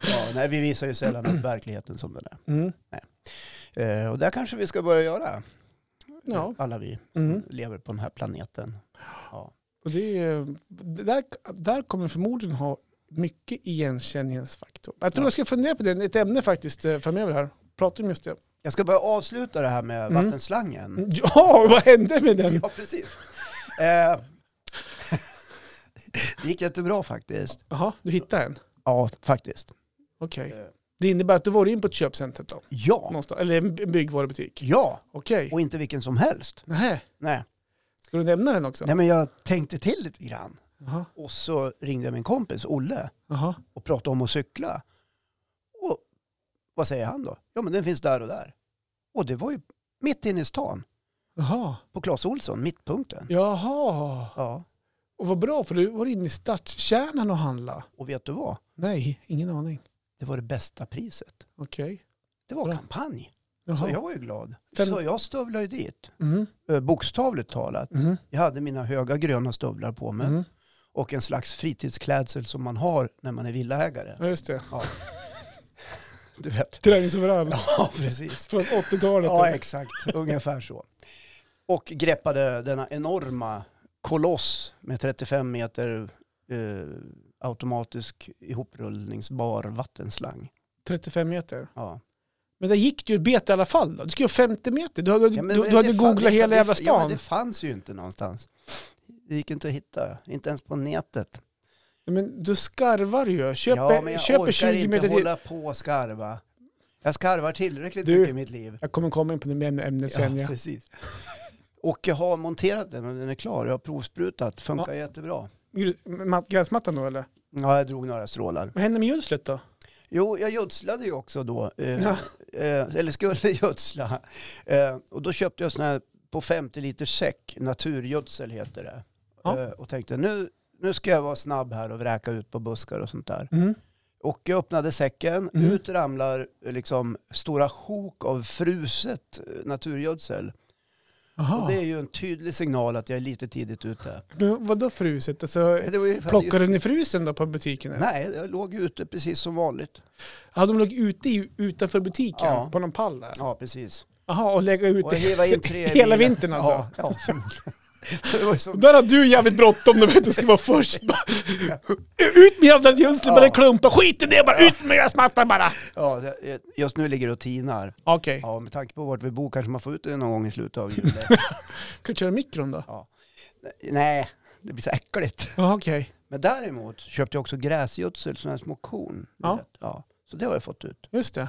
Speaker 1: ja, nej, vi visar ju sällan upp verkligheten som den är.
Speaker 2: Mm.
Speaker 1: Eh, och där kanske vi ska börja göra.
Speaker 2: Ja.
Speaker 1: Alla vi
Speaker 2: Mm.
Speaker 1: lever på den här planeten.
Speaker 2: Och det är, det där, där kommer förmodligen ha mycket igenkänningsfaktor. Jag tror
Speaker 1: Ja.
Speaker 2: jag ska fundera på det, ett ämne faktiskt eh, framöver här. Pratar om just det.
Speaker 1: Jag ska bara avsluta det här med
Speaker 2: Mm.
Speaker 1: vattenslangen.
Speaker 2: Ja, vad hände med den?
Speaker 1: Ja, precis. Eh, det gick jättebra faktiskt.
Speaker 2: Jaha, du hittade en?
Speaker 1: Ja, faktiskt.
Speaker 2: Okej.
Speaker 1: Eh.
Speaker 2: Det innebär att du var in på ett köpcenter då?
Speaker 1: Ja,
Speaker 2: Någonstans, eller en by- byggvarubutik?
Speaker 1: ja,
Speaker 2: Okej.
Speaker 1: och inte vilken som helst.
Speaker 2: Nej.
Speaker 1: Nej.
Speaker 2: Ska du nämna den också?
Speaker 1: Nej, men jag tänkte till lite grann.
Speaker 2: Jaha.
Speaker 1: Och så ringde jag min kompis Olle
Speaker 2: Jaha.
Speaker 1: och pratade om att cykla. Och vad säger han då? Ja, men den finns där och där. Och det var ju mitt inne i stan,
Speaker 2: Jaha.
Speaker 1: på Clas Ohlson, mittpunkten.
Speaker 2: Jaha.
Speaker 1: Ja,
Speaker 2: Och vad bra, för du var inne i stadskärnan och handla.
Speaker 1: och vet du vad?
Speaker 2: Nej, ingen aning.
Speaker 1: Det var det bästa priset.
Speaker 2: Okej.
Speaker 1: Det var
Speaker 2: Bra.
Speaker 1: kampanj. Så
Speaker 2: Jaha.
Speaker 1: jag var ju glad.
Speaker 2: Fem-
Speaker 1: Så jag stövlade ju dit,
Speaker 2: Mm.
Speaker 1: eh, bokstavligt talat.
Speaker 2: Mm.
Speaker 1: Jag hade mina höga gröna stövlar på mig
Speaker 2: Mm.
Speaker 1: och en slags fritidsklädsel som man har när man är villaägare.
Speaker 2: Ja, just det.
Speaker 1: Du vet.
Speaker 2: Träningsoverall
Speaker 1: Ja, precis.
Speaker 2: från 80-talet.
Speaker 1: Ja, exakt. Ungefär så. Och greppade denna enorma koloss med 35 meter eh, automatisk ihoprullningsbar vattenslang.
Speaker 2: 35 meter.
Speaker 1: Ja.
Speaker 2: Men där gick du ju bet i alla fall då. Du skulle göra 50 meter. Du, hade-
Speaker 1: Ja, men
Speaker 2: du,
Speaker 1: det-
Speaker 2: du hade
Speaker 1: det fan-
Speaker 2: googlat
Speaker 1: det-
Speaker 2: hela
Speaker 1: det-
Speaker 2: jävla
Speaker 1: Ja, men
Speaker 2: stan.
Speaker 1: det fanns ju inte någonstans. Det gick inte att hitta, inte ens på nätet.
Speaker 2: Ja, men du skarvar ju. Köp,
Speaker 1: ja, men jag
Speaker 2: köper
Speaker 1: orkar
Speaker 2: 20
Speaker 1: inte
Speaker 2: meter till.
Speaker 1: hålla på och skarva. Jag skarvar tillräckligt
Speaker 2: Du-
Speaker 1: mycket i mitt liv.
Speaker 2: Jag kommer komma in på det ämne- ämnet sen. Ja.
Speaker 1: precis. Och jag har monterat den och den är klar. Jag har provsprutat, funkar jättebra.
Speaker 2: Gr- mat- Gräsmattan då eller?
Speaker 1: Ja, jag drog några strålar.
Speaker 2: Vad händer med gödslet då?
Speaker 1: Jo, jag gödslade ju också då. Eh,
Speaker 2: Ja.
Speaker 1: eh, eller skulle gödsla. Eh, och då köpte jag sån här på 50 liter säck, naturgödsel heter det.
Speaker 2: Ja.
Speaker 1: Eh, och tänkte nu, nu ska jag vara snabb här och vräka ut på buskar och sånt där.
Speaker 2: Mm.
Speaker 1: Och jag öppnade säcken,
Speaker 2: Mm.
Speaker 1: ut ramlar eh, liksom stora sjok av fruset eh, naturgödsel.
Speaker 2: Ah.
Speaker 1: Och det är ju en tydlig signal att jag är lite tidigt ute.
Speaker 2: Men vadå fruset? Alltså,
Speaker 1: Eh, Det var ju,
Speaker 2: plockade ni frusen då på butiken? eller?
Speaker 1: Nej, jag låg ju ute precis som vanligt.
Speaker 2: Hade de låg ute i, utanför butiken
Speaker 1: Ja.
Speaker 2: på någon pall där?
Speaker 1: Ja, precis.
Speaker 2: Jaha, och lägga ut
Speaker 1: Och
Speaker 2: det
Speaker 1: hiva in tre i
Speaker 2: hela
Speaker 1: bilen.
Speaker 2: vintern alltså?
Speaker 1: Ja, ja förmodligen. Så det var ju som
Speaker 2: Där har du jävligt bråttom, du vet du ska vara först. Bara, ut med jävla gödslet, bara
Speaker 1: Ja.
Speaker 2: klumpa, skit i det bara, ut med gräsmattan bara!
Speaker 1: Ja, det- eh, just nu ligger det och tinar.
Speaker 2: Okej,
Speaker 1: Ja, med tanke på vart vi bor kanske man får ut det någon gång i slutet av juli.
Speaker 2: kan du köra mikron då?
Speaker 1: Nej, det blir så äckligt.
Speaker 2: Ja, okej,
Speaker 1: Men däremot köpte jag också gräsgödsel, sådana här små korn. du
Speaker 2: Ja.
Speaker 1: vet. ja. Så det har jag fått ut.
Speaker 2: just det.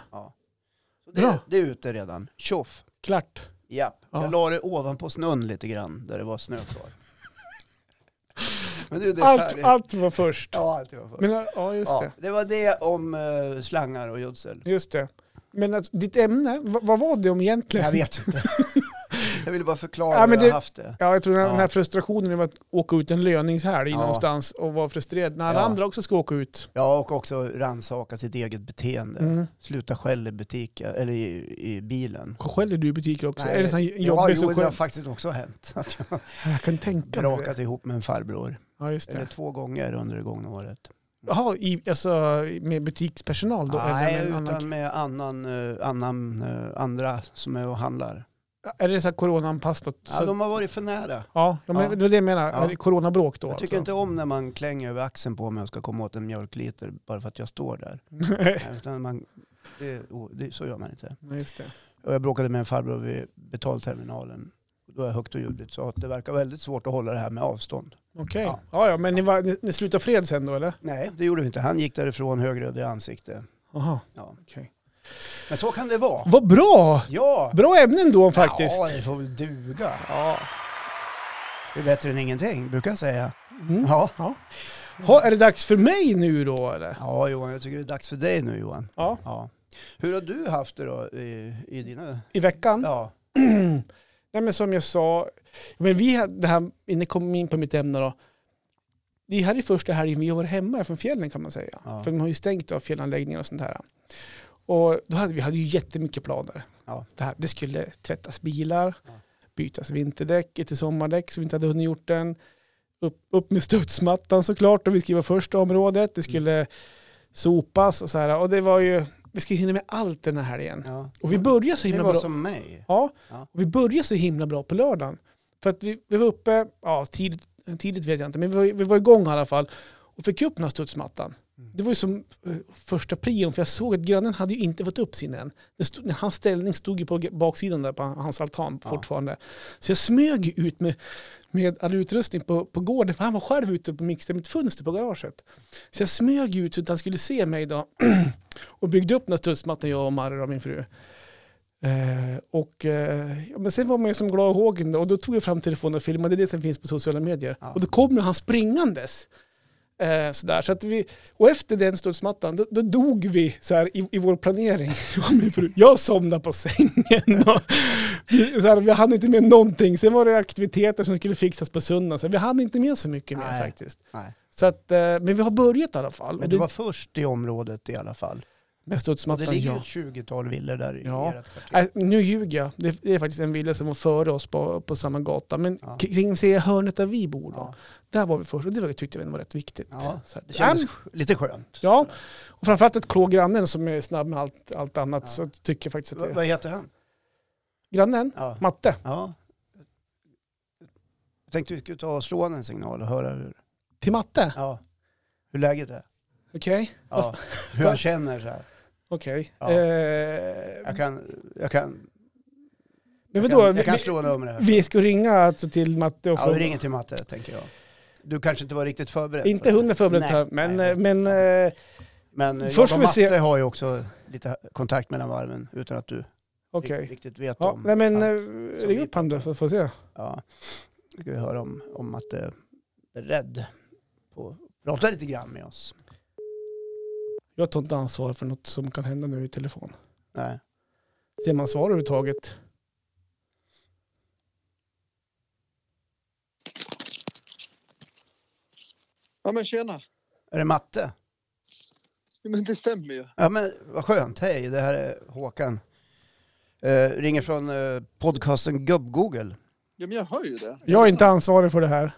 Speaker 1: Så det,
Speaker 2: Bra.
Speaker 1: det är ute redan. Tjoff.
Speaker 2: Klart.
Speaker 1: Japp.
Speaker 2: Ja.
Speaker 1: Jag la det ovanpå snön lite grann, där det var snö kvar. Men du, det är
Speaker 2: Allt,
Speaker 1: färdigt.
Speaker 2: allt var först.
Speaker 1: Ja, allt var för.
Speaker 2: Men, ja, just
Speaker 1: Ja,
Speaker 2: det.
Speaker 1: det var det om eh, slangar och gödsel.
Speaker 2: Just det. Men alltså, ditt ämne, vad, vad var det om egentligen?
Speaker 1: Jag vet inte. jag ville bara förklara
Speaker 2: Ja, men
Speaker 1: hur jag
Speaker 2: det-
Speaker 1: har haft det.
Speaker 2: Ja, jag tror den här,
Speaker 1: Ja.
Speaker 2: den här frustrationen över att åka ut en löningshelg
Speaker 1: Ja.
Speaker 2: någonstans och vara frustrerad när alla
Speaker 1: Ja.
Speaker 2: andra också ska åka ut.
Speaker 1: Ja, och också rannsaka sitt eget beteende.
Speaker 2: Mm.
Speaker 1: Sluta skäll i butiken, eller i, i bilen.
Speaker 2: Skäller du i butiker också?
Speaker 1: Nej,
Speaker 2: är det sån här
Speaker 1: Ja,
Speaker 2: jobbig
Speaker 1: jo,
Speaker 2: som
Speaker 1: det har
Speaker 2: skäller?
Speaker 1: faktiskt också hänt. Att jag har
Speaker 2: Jag kan tänka mig det.
Speaker 1: brakat ihop med en farbror.
Speaker 2: Ja, just
Speaker 1: Eller
Speaker 2: det.
Speaker 1: två gånger under det gångna året.
Speaker 2: Jaha, i, alltså med butikspersonal då?
Speaker 1: Mm. Nej,
Speaker 2: eller med
Speaker 1: utan
Speaker 2: en annan...
Speaker 1: med annan, eh, annan, eh, andra som är och handlar.
Speaker 2: Är det så här coronaanpassat?
Speaker 1: Ja,
Speaker 2: så...
Speaker 1: de har varit för nära.
Speaker 2: ja, ja, men
Speaker 1: Ja.
Speaker 2: det var det jag menar.
Speaker 1: Ja.
Speaker 2: Är det Coronabråk då alltså.
Speaker 1: Jag tycker inte om när man klänger över axeln på mig och ska komma åt en mjölkliter bara för att jag står där.
Speaker 2: inte
Speaker 1: Nej, Utan man, det, o- det, så gör man inte.
Speaker 2: om... just det.
Speaker 1: Och jag bråkade med en farbror vid betalterminalen. Då jag högt och ljudligt sa att det verkar väldigt svårt att hålla det här med avstånd.
Speaker 2: Okej.
Speaker 1: Ja.
Speaker 2: Ja, ja, men ni, var, ni, ni slutade fred sen då eller?
Speaker 1: Nej, det gjorde vi inte. Han gick därifrån högröd i ansikte.
Speaker 2: Jaha,
Speaker 1: Ja.
Speaker 2: okej.
Speaker 1: Men så kan det vara.
Speaker 2: Vad bra!
Speaker 1: Ja,
Speaker 2: Bra ämnen då faktiskt.
Speaker 1: Ja, det får väl duga.
Speaker 2: Ja.
Speaker 1: Det är bättre än ingenting, brukar jag säga.
Speaker 2: Mm.
Speaker 1: Ja.
Speaker 2: Ja. Ha, är det dags för mig nu då eller?
Speaker 1: ja, Johan, jag tycker det är dags för dig nu, Johan.
Speaker 2: Ja,
Speaker 1: Ja. Hur har du haft det då i, i dina...
Speaker 2: i veckan.
Speaker 1: Ja,
Speaker 2: Nej, men som jag sa, men vi hade, det här, innan jag kom in på mitt ämne då. Det här är första helgen vi har varit hemma från fjällen kan man säga.
Speaker 1: Ja.
Speaker 2: För de har ju stängt av fjällanläggningar och sånt här. Och då hade vi hade ju jättemycket planer.
Speaker 1: Ja.
Speaker 2: Det, här, det skulle tvättas bilar,
Speaker 1: Ja.
Speaker 2: bytas vinterdäck till sommardäck så vi inte hade hunnit gjort än. Upp, upp med studsmattan såklart och vi skulle vara första området. Det skulle sopas och så här. Och det var ju, vi skulle hinna med allt den här helgen.
Speaker 1: ja.
Speaker 2: Och vi började så
Speaker 1: Det
Speaker 2: himla
Speaker 1: var
Speaker 2: bra.
Speaker 1: som mig.
Speaker 2: Ja,
Speaker 1: Ja.
Speaker 2: och vi började så himla bra på lördagen. För att vi, vi var uppe, ja tidigt, tidigt vet jag inte, men vi var, vi var igång i alla fall och fick upp den här studsmattan.
Speaker 1: Mm.
Speaker 2: Det var ju som eh, första prion, för jag såg att grannen hade ju inte fått upp sin än. Det stod, hans ställning stod ju på g- baksidan där på hans altan
Speaker 1: Ja.
Speaker 2: fortfarande. Så jag smög ju ut med, med all utrustning på, på gården, för han var själv ute på mixen, mitt fönster på garaget. Så jag smög ju ut så att han skulle se mig då. och byggde upp den här studsmattan, jag och Marre och min fru. Eh, och, eh, ja, men sen var man ju som glad i hågen då, och då tog jag fram telefonen och filmade det som finns på sociala medier.
Speaker 1: Ja.
Speaker 2: Och då kom han springandes. Eh, sådär. Så att vi, och efter den studsmattan, då, då dog vi så här, i, i vår planering. Jag, och min fru, jag somnade på sängen. Och, vi- så här, vi hann inte med någonting. Sen var det aktiviteter som skulle fixas på söndagen. Så vi hann inte med så mycket mer
Speaker 1: Nej.
Speaker 2: faktiskt.
Speaker 1: Nej.
Speaker 2: Så att, eh, men vi har börjat i alla fall.
Speaker 1: Men
Speaker 2: Och
Speaker 1: du
Speaker 2: det,
Speaker 1: var först i området i alla fall.
Speaker 2: med
Speaker 1: Och det
Speaker 2: studsmattan,
Speaker 1: ligger
Speaker 2: ja.
Speaker 1: ju ett 20-tal villor där i
Speaker 2: Ja. Äh,
Speaker 1: ert kvarter.
Speaker 2: Nej, nu ljuger jag. Det, det är faktiskt en villa som var före oss på, på samma gata. Men
Speaker 1: Ja.
Speaker 2: kring säger jag, hörnet där vi bor då.
Speaker 1: Ja.
Speaker 2: Där var vi först och det var- tyckte jag var rätt viktigt.
Speaker 1: Ja,
Speaker 2: Så här,
Speaker 1: Det kändes
Speaker 2: ja,
Speaker 1: lite skönt.
Speaker 2: Äh, Ja, och framförallt att klå grannen som är snabb med allt, allt annat.
Speaker 1: Ja.
Speaker 2: Så tycker jag faktiskt att
Speaker 1: V-
Speaker 2: det är...
Speaker 1: vad heter han?
Speaker 2: Grannen?
Speaker 1: Ja.
Speaker 2: Matte?
Speaker 1: ja. Jag tänkte vi skulle ta och slå en signal och höra hur,
Speaker 2: Till Matte?
Speaker 1: ja, hur läget är.
Speaker 2: Okej.
Speaker 1: Ja, hur han känner så här.
Speaker 2: Okej.
Speaker 1: Ja.
Speaker 2: Eh,
Speaker 1: Jag kan, jag kan,
Speaker 2: men
Speaker 1: jag
Speaker 2: vadå?
Speaker 1: kan, jag kan
Speaker 2: Vi,
Speaker 1: slå numret här.
Speaker 2: vi ska ringa alltså till Matte och
Speaker 1: Ja, vi
Speaker 2: fråga.
Speaker 1: ringer till matte tänker jag. Du kanske inte var riktigt förberedd. på
Speaker 2: Inte
Speaker 1: det.
Speaker 2: hundra förberett
Speaker 1: Nej,
Speaker 2: här, men,
Speaker 1: nej.
Speaker 2: eh, men eh,
Speaker 1: Men
Speaker 2: Först
Speaker 1: Först jag
Speaker 2: ska
Speaker 1: och
Speaker 2: vi se-
Speaker 1: matte har ju också lite kontakt mellan varven utan att du
Speaker 2: okej.
Speaker 1: rikt- riktigt vet
Speaker 2: Ja,
Speaker 1: om.
Speaker 2: nej men
Speaker 1: Ja.
Speaker 2: eh,
Speaker 1: som
Speaker 2: ring
Speaker 1: vi-
Speaker 2: upp han då för, för att se.
Speaker 1: Ja, ska vi höra om, om att eh, är rädd på prata lite grann med oss.
Speaker 2: Jag tar inte ansvar för något som kan hända nu i telefon.
Speaker 1: Nej.
Speaker 2: Ser man svar överhuvudtaget?
Speaker 3: Ja men tjena.
Speaker 1: Är det matte?
Speaker 3: Ja, Men det stämmer ju.
Speaker 1: Ja, men vad skönt. Hej, det här är Håkan. Eh, ringer från eh, podcasten Gubb-Google.
Speaker 3: Ja men jag hör ju det.
Speaker 2: Jag är inte ansvarig för det här.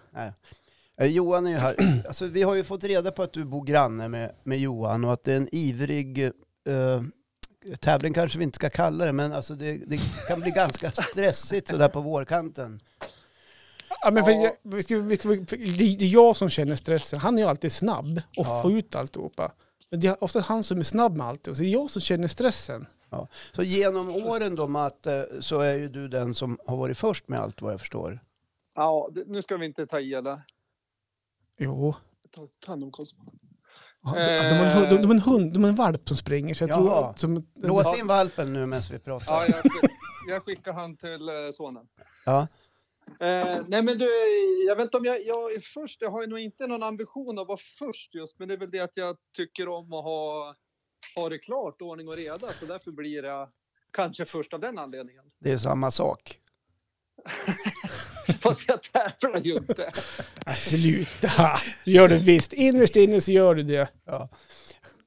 Speaker 1: Eh, Johan är ju här. Alltså, vi har ju fått reda på att du bor granne med, med Johan och att det är en ivrig eh, tävling kanske vi inte ska kalla det, men alltså det, det kan bli ganska stressigt sådär på vårkanten.
Speaker 2: Ja, men för
Speaker 1: Ja.
Speaker 2: jag, vi ska, vi ska, för det det är jag som känner stressen. Han är ju alltid snabb och
Speaker 1: Ja.
Speaker 2: får ut alltihopa. Men det är ofta han som är snabb med allt. Och så är det jag som känner stressen.
Speaker 1: Ja. Så genom åren då Matte, så är ju du den som har varit först med allt vad jag förstår.
Speaker 3: Ja, det, nu ska vi inte ta i eller?
Speaker 2: Jo.
Speaker 3: Ta, kan de kolla på?
Speaker 2: Ja, De, de, har en hund- de, de, har en hund, de har en valp som springer. Så jag tror
Speaker 1: Jaha.
Speaker 2: att, som,
Speaker 1: Lås in valpen nu medan vi pratar.
Speaker 3: Ja, jag, skick- jag skickar han till eh, sonen.
Speaker 1: Ja.
Speaker 3: Eh, nej men du, jag vet inte om jag, jag är först. Jag har ju nog inte någon ambition att vara först just. Men det är väl det att jag tycker om att ha, ha det klart, ordning och reda. Så därför blir jag kanske först av den anledningen.
Speaker 1: Det är samma sak.
Speaker 3: Fast jag tävlar ju inte.
Speaker 2: Ja, sluta! Gör du visst. Innerst inne så gör du det.
Speaker 1: Ja.
Speaker 3: Ja,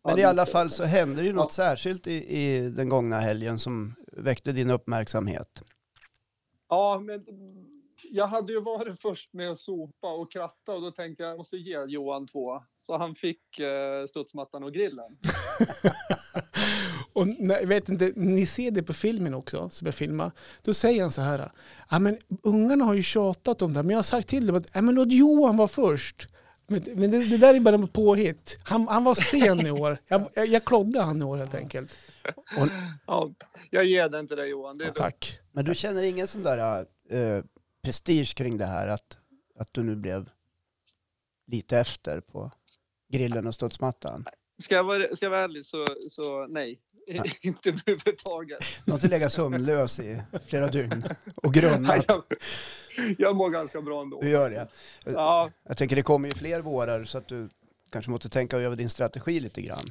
Speaker 1: Men i
Speaker 3: lite.
Speaker 1: alla fall så hände det ju något särskilt i, i den gångna helgen som väckte din uppmärksamhet.
Speaker 3: Ja, men jag hade ju varit först med att sopa och kratta och då tänkte jag jag måste ge Johan två. Så han fick eh, studsmattan och grillen.
Speaker 2: Och när, jag vet inte, ni ser det på filmen också, som jag filmar. Då säger han så här, ja men ungarna har ju tjatat om det här, men jag har sagt till dem att, ja men låt Johan vara först. Men men det, det där är bara påhitt. Han, han var sen i år. Jag, jag, jag klodde han i år helt enkelt.
Speaker 3: Ja, jag ger den till dig Johan. Det är lugnt.
Speaker 2: Tack.
Speaker 1: Men du känner ingen sån där eh, prestige kring det här att, att du nu blev lite efter på grillen och studsmattan?
Speaker 3: ska, jag vara, ska jag vara ärlig så, så nej, inte överhuvudtaget.
Speaker 1: Du har inte legat sömnlös i flera dygn och
Speaker 3: Nej,
Speaker 1: grunnat.
Speaker 3: Jag, jag mår ganska bra ändå.
Speaker 1: Du gör det.
Speaker 3: Ja,
Speaker 1: Jag tänker det kommer ju fler vårar så att du kanske måste tänka över din strategi lite grann.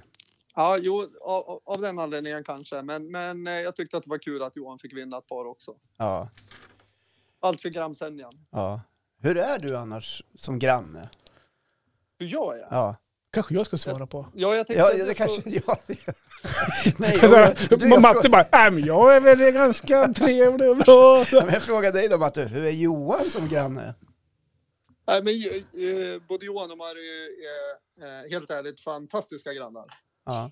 Speaker 3: ja jo, av, av den anledningen kanske. Men, men eh, jag tyckte att det var kul att Johan fick vinna ett par också.
Speaker 1: Ja,
Speaker 3: Allt för grannsämjan.
Speaker 1: ja. Hur är du annars som granne?
Speaker 3: Hur gör jag?
Speaker 1: Ja,
Speaker 2: Kanske jag ska svara på.
Speaker 3: Ja, jag tänkte
Speaker 1: ja
Speaker 3: att jag
Speaker 1: det
Speaker 3: får-
Speaker 1: kanske... Ja. Nej,
Speaker 2: Så
Speaker 1: jag,
Speaker 2: här,
Speaker 1: du, jag,
Speaker 2: Matte
Speaker 1: frå,
Speaker 2: bara, nej men jag är väl ganska trevlig och bra.
Speaker 1: men jag frågar dig då Matte, hur är Johan som granne?
Speaker 3: Nej, men, eh, både Johan och Mary är eh, helt ärligt fantastiska grannar.
Speaker 1: Ja.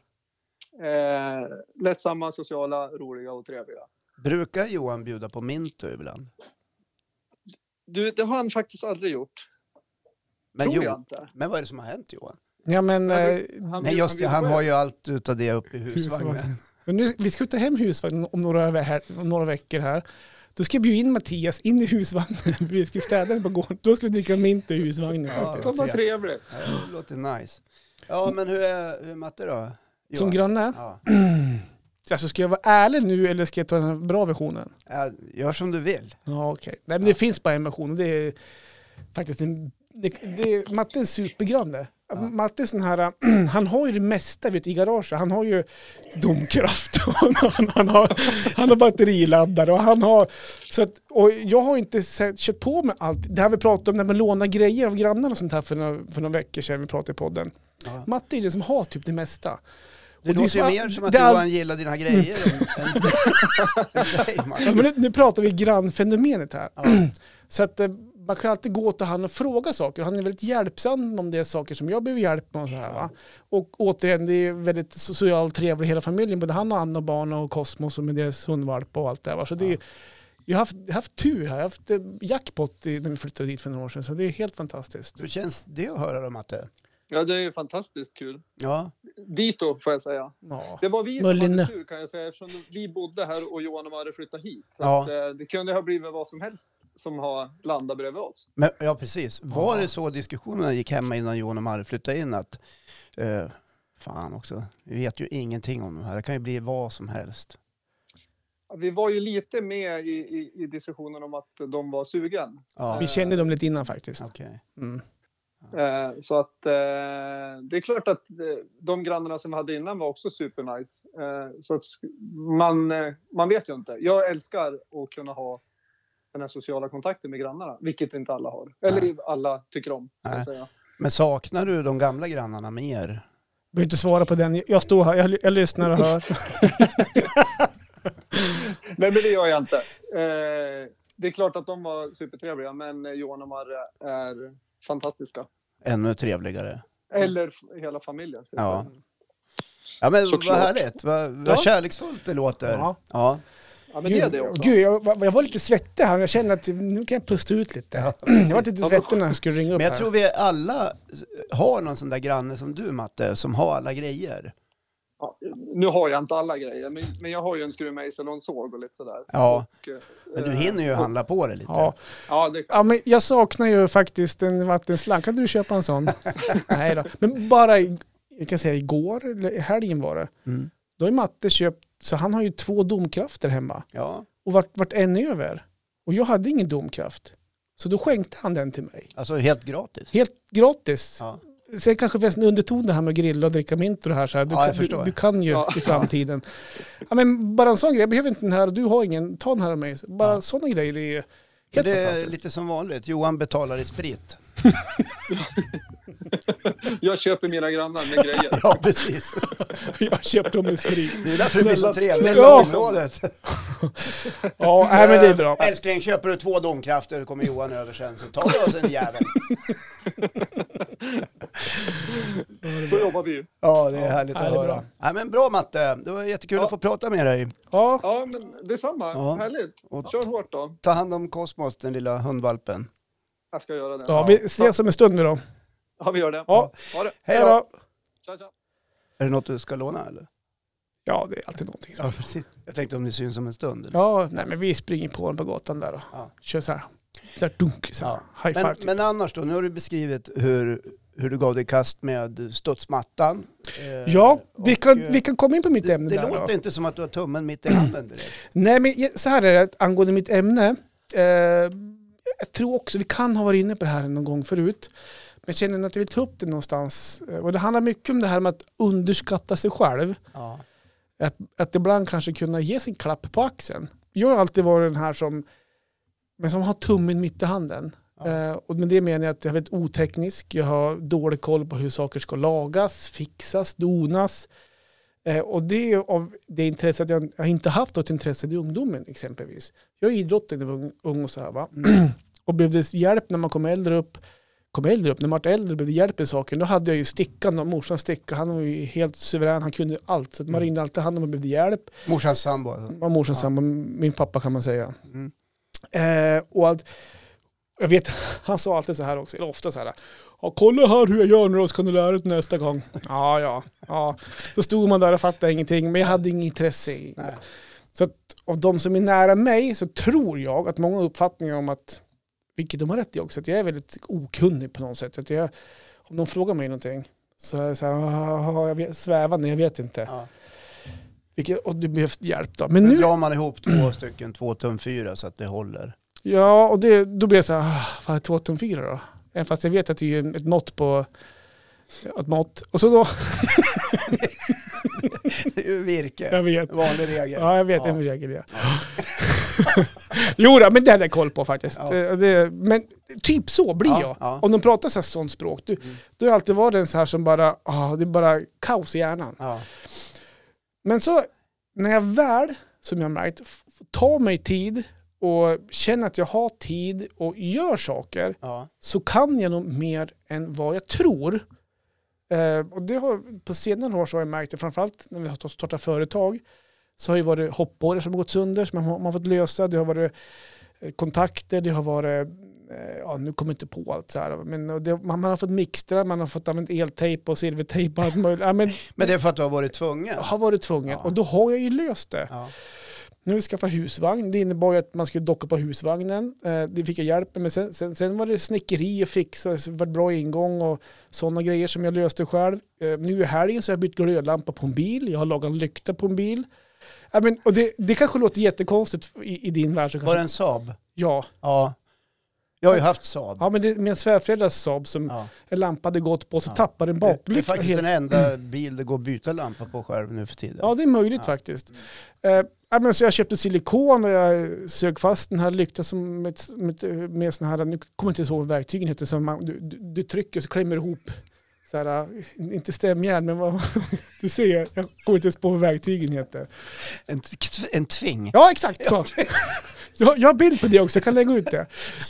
Speaker 3: Eh, lättsamma, sociala, roliga och trevliga.
Speaker 1: Brukar Johan bjuda på Minto ibland?
Speaker 3: Du, det har han faktiskt aldrig gjort.
Speaker 1: Men,
Speaker 3: tror
Speaker 1: Jo-
Speaker 3: jag inte.
Speaker 1: men vad är det som har hänt Johan?
Speaker 2: Ja, men, eh,
Speaker 3: Han
Speaker 1: Nej,
Speaker 3: bjud-
Speaker 1: just det.
Speaker 3: bjöd
Speaker 1: Han
Speaker 3: själv.
Speaker 1: har ju allt utav det uppe i husvagnen.
Speaker 2: Husvagnen. men nu, vi ska ju ta hem husvagnen om några, ve- här, om några veckor här. Då ska jag bjuda in Mattias in i husvagnen. Vi ska städa den på gården. Då ska vi dricka mint i husvagnen.
Speaker 1: Ja,
Speaker 2: faktiskt.
Speaker 3: Fan, vad trevligt.
Speaker 1: Ja, det låter nice. Ja, men hur är, hur är matte då? Johan?
Speaker 2: Som granne.
Speaker 1: Ja.
Speaker 2: Alltså, ska jag vara ärlig nu eller ska jag ta den här bra versionen?
Speaker 1: Ja, Gör som du vill.
Speaker 2: Ja, okej. Nej, men det finns bara en version. och Det är faktiskt en... Det, det, Matte är en supergranne.
Speaker 1: Ja.
Speaker 2: Matte är sån här, han har ju det mesta vet, du, i garaget. Han har ju domkraft, och han, har- han, har, han har batteriladdare och han har... Så att, och jag har inte sett, köpt på mig allt. Det här vi pratade om när man lånar grejer av grannarna och sånt här för några, för några veckor sedan vi pratade i podden.
Speaker 1: Ja.
Speaker 2: Matte är ju den som har typ det mesta.
Speaker 1: Det
Speaker 2: Och det är
Speaker 1: låter ju
Speaker 2: som-
Speaker 1: mer som att
Speaker 2: det är all-
Speaker 1: Johan gillar dina grejer än, än, än dig, Matte.
Speaker 2: Ja, men nu, nu pratar vi grannfenomenet här.
Speaker 1: Ja.
Speaker 2: Så att eh, man kan alltid gå till han och fråga saker. Han är väldigt hjälpsam om det är saker som jag behöver hjälp med och så här va. Och återigen, det är väldigt socialt trevligt hela familjen. Både han och Anna och barn och Cosmos och med deras hundvalp och allt det här va. Så det är,
Speaker 1: Ja.
Speaker 2: jag har haft, jag har haft tur här. Jag har haft eh, jackpot i, när vi flyttade dit för några år sedan. Så det är helt fantastiskt.
Speaker 1: Hur känns det att höra då, Matte?
Speaker 3: Ja, det är ju fantastiskt kul.
Speaker 1: Ja,
Speaker 3: Dito får jag säga.
Speaker 2: Ja.
Speaker 3: Det var vi som
Speaker 2: Möjligen.
Speaker 3: hade tur kan jag säga eftersom vi bodde här och Johan och Mare flyttade hit. Så
Speaker 1: Ja.
Speaker 3: att, eh, det kunde ha blivit vad som helst som har landat bredvid oss.
Speaker 1: men, ja precis. Var
Speaker 2: Ja.
Speaker 1: det så diskussionerna gick hemma innan Johan och Marre flyttade in att eh, fan också, vi vet ju ingenting om de här. Det kan ju bli vad som helst.
Speaker 3: Vi var ju lite med i, i, i diskussionen om att de var sugen.
Speaker 1: Ja,
Speaker 2: Vi kände dem lite innan faktiskt.
Speaker 1: okej.
Speaker 2: Mm.
Speaker 3: Eh, så att eh, det är klart att eh, de grannarna som vi hade innan var också supernice. Eh, så att sk- man, eh, man vet ju inte. Jag älskar att kunna ha den här sociala kontakten med grannarna, vilket inte alla har. Eller
Speaker 1: Nej.
Speaker 3: alla tycker om. Ska
Speaker 1: Nej.
Speaker 3: jag säga.
Speaker 1: Men saknar du de gamla grannarna mer?
Speaker 2: Behöver inte svara på den. Jag står här, jag, jag lyssnar och hör.
Speaker 3: Nej, men det gör jag inte. Eh, det är klart att de var supertrevliga, men Johan och Marre är fantastiska.
Speaker 1: Ännu trevligare.
Speaker 3: Eller f- hela familjen. Ska jag
Speaker 1: Mm. Ja.
Speaker 3: säga.
Speaker 1: Ja men
Speaker 3: Såklart.
Speaker 1: vad härligt, vad, vad
Speaker 3: Ja.
Speaker 1: kärleksfullt det låter.
Speaker 2: Ja.
Speaker 1: Ja.
Speaker 3: ja, men det är det
Speaker 2: Gud,
Speaker 3: också.
Speaker 2: Gud, jag, var- jag var lite svettig här. Jag kände att nu kan jag pusta ut lite. Jag var lite svettig när jag skulle ringa upp
Speaker 1: Men jag
Speaker 2: här.
Speaker 1: tror vi alla har någon sån där granne som du Matte, som har alla grejer.
Speaker 3: Ja, nu har jag inte alla grejer, men, men jag har ju en skruvmejsel och en såg och lite sådär.
Speaker 1: Ja.
Speaker 3: Och, eh,
Speaker 1: Men du hinner ju handla på det lite.
Speaker 2: Ja.
Speaker 3: Ja, det,
Speaker 2: ja, men jag saknar ju faktiskt en vattenslang. Kan inte du köpa en sån? Nej då. Men bara, i- jag kan säga igår, eller i helgen var det.
Speaker 1: Mm.
Speaker 2: Då har ju Matte köpt, så han har ju två domkrafter hemma.
Speaker 1: ja.
Speaker 2: Och vart, vart en över. Och jag hade ingen domkraft. Så då skänkte han den till mig.
Speaker 1: Alltså helt gratis.
Speaker 2: Helt gratis.
Speaker 1: Ja.
Speaker 2: Sen kanske det finns en underton det här med att grilla och dricka mint och det här. Så här. Du,
Speaker 1: Ja, jag
Speaker 2: kan- du,
Speaker 1: förstår.
Speaker 2: du kan ju
Speaker 3: Ja.
Speaker 2: i framtiden. Ja, men bara en sån grej, jag behöver inte den här och du har ingen, ta den här av mig. Så Bara
Speaker 1: Ja.
Speaker 2: sådana grejer, det är ju
Speaker 1: Men
Speaker 2: helt
Speaker 1: det är
Speaker 2: fantastiskt.
Speaker 1: lite som vanligt, Johan betalar i sprit.
Speaker 3: jag köper mina grannar med grejer.
Speaker 1: Ja, precis.
Speaker 2: Jag köpte dem i sprit.
Speaker 1: Det är därför det blir så trevligt i
Speaker 2: Ja.
Speaker 1: området.
Speaker 2: Ja, nej, men det är bra.
Speaker 1: Eh, Älskling, köper du två domkrafter kommer Johan över sen så tar vi oss en jävel.
Speaker 3: Så jobbar vi.
Speaker 1: Ja, det är härligt
Speaker 2: ja,
Speaker 1: att
Speaker 2: det är
Speaker 1: höra.
Speaker 2: bra.
Speaker 1: Nej, men bra Matte, det var jättekul
Speaker 3: Ja.
Speaker 1: att få prata med dig.
Speaker 2: Ja,
Speaker 3: Ja, men detsamma.
Speaker 1: Ja.
Speaker 3: Härligt.
Speaker 1: Och-
Speaker 3: Kör hårt då.
Speaker 1: Ta hand om Kosmos, den lilla hundvalpen.
Speaker 3: Jag ska göra det.
Speaker 2: ja, vi ses om en stund nu då.
Speaker 3: Ja, vi gör det.
Speaker 2: Ja.
Speaker 3: Ha det.
Speaker 1: Hej då!
Speaker 3: Tja, tja.
Speaker 1: Är det något du ska låna eller?
Speaker 2: Ja, det är alltid någonting.
Speaker 1: Ja, precis. Jag tänkte om det syns om en stund. Eller?
Speaker 2: Ja, nej men vi springer på den på gatan där och
Speaker 1: Ja.
Speaker 2: kör så här. Där dunk, så här. High five.
Speaker 1: Men, men annars då, nu har du beskrivit hur, hur du gav dig i kast med studsmattan. Eh,
Speaker 2: ja, vi
Speaker 1: och, eh,
Speaker 2: kan, vi kan komma in på mitt
Speaker 1: Det,
Speaker 2: ämne
Speaker 1: det
Speaker 2: där då.
Speaker 1: låter inte som att du har tummen mitt i handen direkt.
Speaker 2: Nej, men jag- så här är det att angående mitt ämne. Eh, jag tror också, vi kan ha varit inne på det här någon gång förut. Men jag känner att jag vill ta upp det någonstans. Eh, Och det handlar mycket om det här med att underskatta sig själv.
Speaker 1: Ja.
Speaker 2: Att, att ibland kanske kunna ge sig en klapp på axeln. Jag har alltid varit den här som, men som har tummen mitt i handen.
Speaker 1: Ja.
Speaker 2: Eh, och med det menar jag att jag är väldigt oteknisk. Jag har dålig koll på hur saker ska lagas, fixas, donas. Eh, och det är av det intresset att jag, jag har inte haft något intresse i ungdomen exempelvis. Jag idrottade när jag var ung, ung och så här va. och behövde hjälp när man kom äldre upp. Kom äldre upp, när man var äldre behövde hjälp i saker. Då hade jag ju stickan och morsan sticka. Han var ju helt suverän, han kunde allt. Så att man
Speaker 1: Mm.
Speaker 2: ringde alltid han om man behövde hjälp.
Speaker 1: Morsans sambo alltså.
Speaker 2: Han var morsan
Speaker 1: Ja.
Speaker 2: sambo, min pappa kan man säga.
Speaker 1: Mm.
Speaker 2: Eh, och att, jag vet, han sa alltid så här också, eller ofta så här, Ja, kolla här hur jag gör nu då så kan du lära dig till nästa gång. Ja, ja, ja. Då stod man där och fattade ingenting, men jag hade inget intresse. i det.
Speaker 1: Nej.
Speaker 2: Så att av de som är nära mig så tror jag att många har uppfattningar om att, vilket de har rätt i också, att jag är väldigt okunnig på något sätt. Att jag, om de frågar mig någonting så är det så här, "Ah, jag vet, svävande, jag vet inte.
Speaker 1: Ja.
Speaker 2: Vilket, och du behövt hjälp då. Men
Speaker 1: Nu
Speaker 2: nu,
Speaker 1: drar man ihop två stycken två tum fyra så att det håller.
Speaker 2: ja, och det, då blir jag så här, "Ah, vad är 2004 då? Även fast jag vet att det är ett mått på, ett mått. Och så då,
Speaker 1: Det är ju virke.
Speaker 2: jag vet.
Speaker 1: Vanlig regel.
Speaker 2: Ja, jag vet
Speaker 1: Ja.
Speaker 2: en regel det. jo då, men det hade jag koll på faktiskt.
Speaker 1: Ja.
Speaker 2: Det, det, men typ så blir
Speaker 1: Ja,
Speaker 2: jag.
Speaker 1: ja. Mm.
Speaker 2: Om de pratar så här, sånt språk, du, då har jag alltid varit en så här som bara, ah, det är bara kaos i hjärnan.
Speaker 1: Ja.
Speaker 2: Men så när jag väl, som jag har märkt, f- tar mig tid och känner att jag har tid och gör saker,
Speaker 1: Ja.
Speaker 2: så kan jag nog mer än vad jag tror. Eh, och det har, på senare år så har jag märkt det, framförallt när vi har startat företag, så har det varit hoppborrar som har gått sönder, som man har, man har fått lösa, det har varit eh, kontakter, det har varit, eh, ja nu kommer jag inte på allt så här, men och det, man, man har fått mixtra, man har fått använda eltejp och silvertejp och allt möjligt. Ja, men,
Speaker 1: Men det är för att du har varit tvungen.
Speaker 2: har varit tvungen,
Speaker 1: Ja.
Speaker 2: och då har jag ju löst det.
Speaker 1: Ja.
Speaker 2: Nu skaffade jag husvagn. Det innebar ju att man skulle docka på husvagnen. Eh, Det fick jag hjälp med. Men sen, sen, sen var det snickeri och fixa. så Det var bra ingång och sådana grejer som jag löste själv. Eh, Nu i helgen så har jag bytt glödlampa på en bil. Jag har lagat en lykta på en bil. Ja, men, och det, det kanske låter jättekonstigt i, i din värld. Så
Speaker 1: Var
Speaker 2: kanske,
Speaker 1: det en Saab?
Speaker 2: ja.
Speaker 1: Ja. Jag har ju haft Saab.
Speaker 2: ja, men det, min svärföräldrars Saab som
Speaker 1: Ja.
Speaker 2: en lampa hade gått på så
Speaker 1: Ja.
Speaker 2: tappade den
Speaker 1: Det det är
Speaker 2: baklyktan.
Speaker 1: faktiskt
Speaker 2: helt.
Speaker 1: den enda bil det går att byta lampa på själv nu för tiden.
Speaker 2: Ja, det är möjligt
Speaker 1: Ja.
Speaker 2: faktiskt. Eh, ja, men så jag köpte silikon och jag sög fast den här lyktan som med, med, med sån här, nu kommer jag inte ihåg vad verktygen heter, som man, du, du, du trycker så klämmer ihop, så här, eh, inte stämjärn, men vad, du ser, jag kommer inte ens på vad verktygen heter.
Speaker 1: En, t- en tving.
Speaker 2: Ja, exakt så. Jag, jag har bild på det också, jag kan lägga ut det.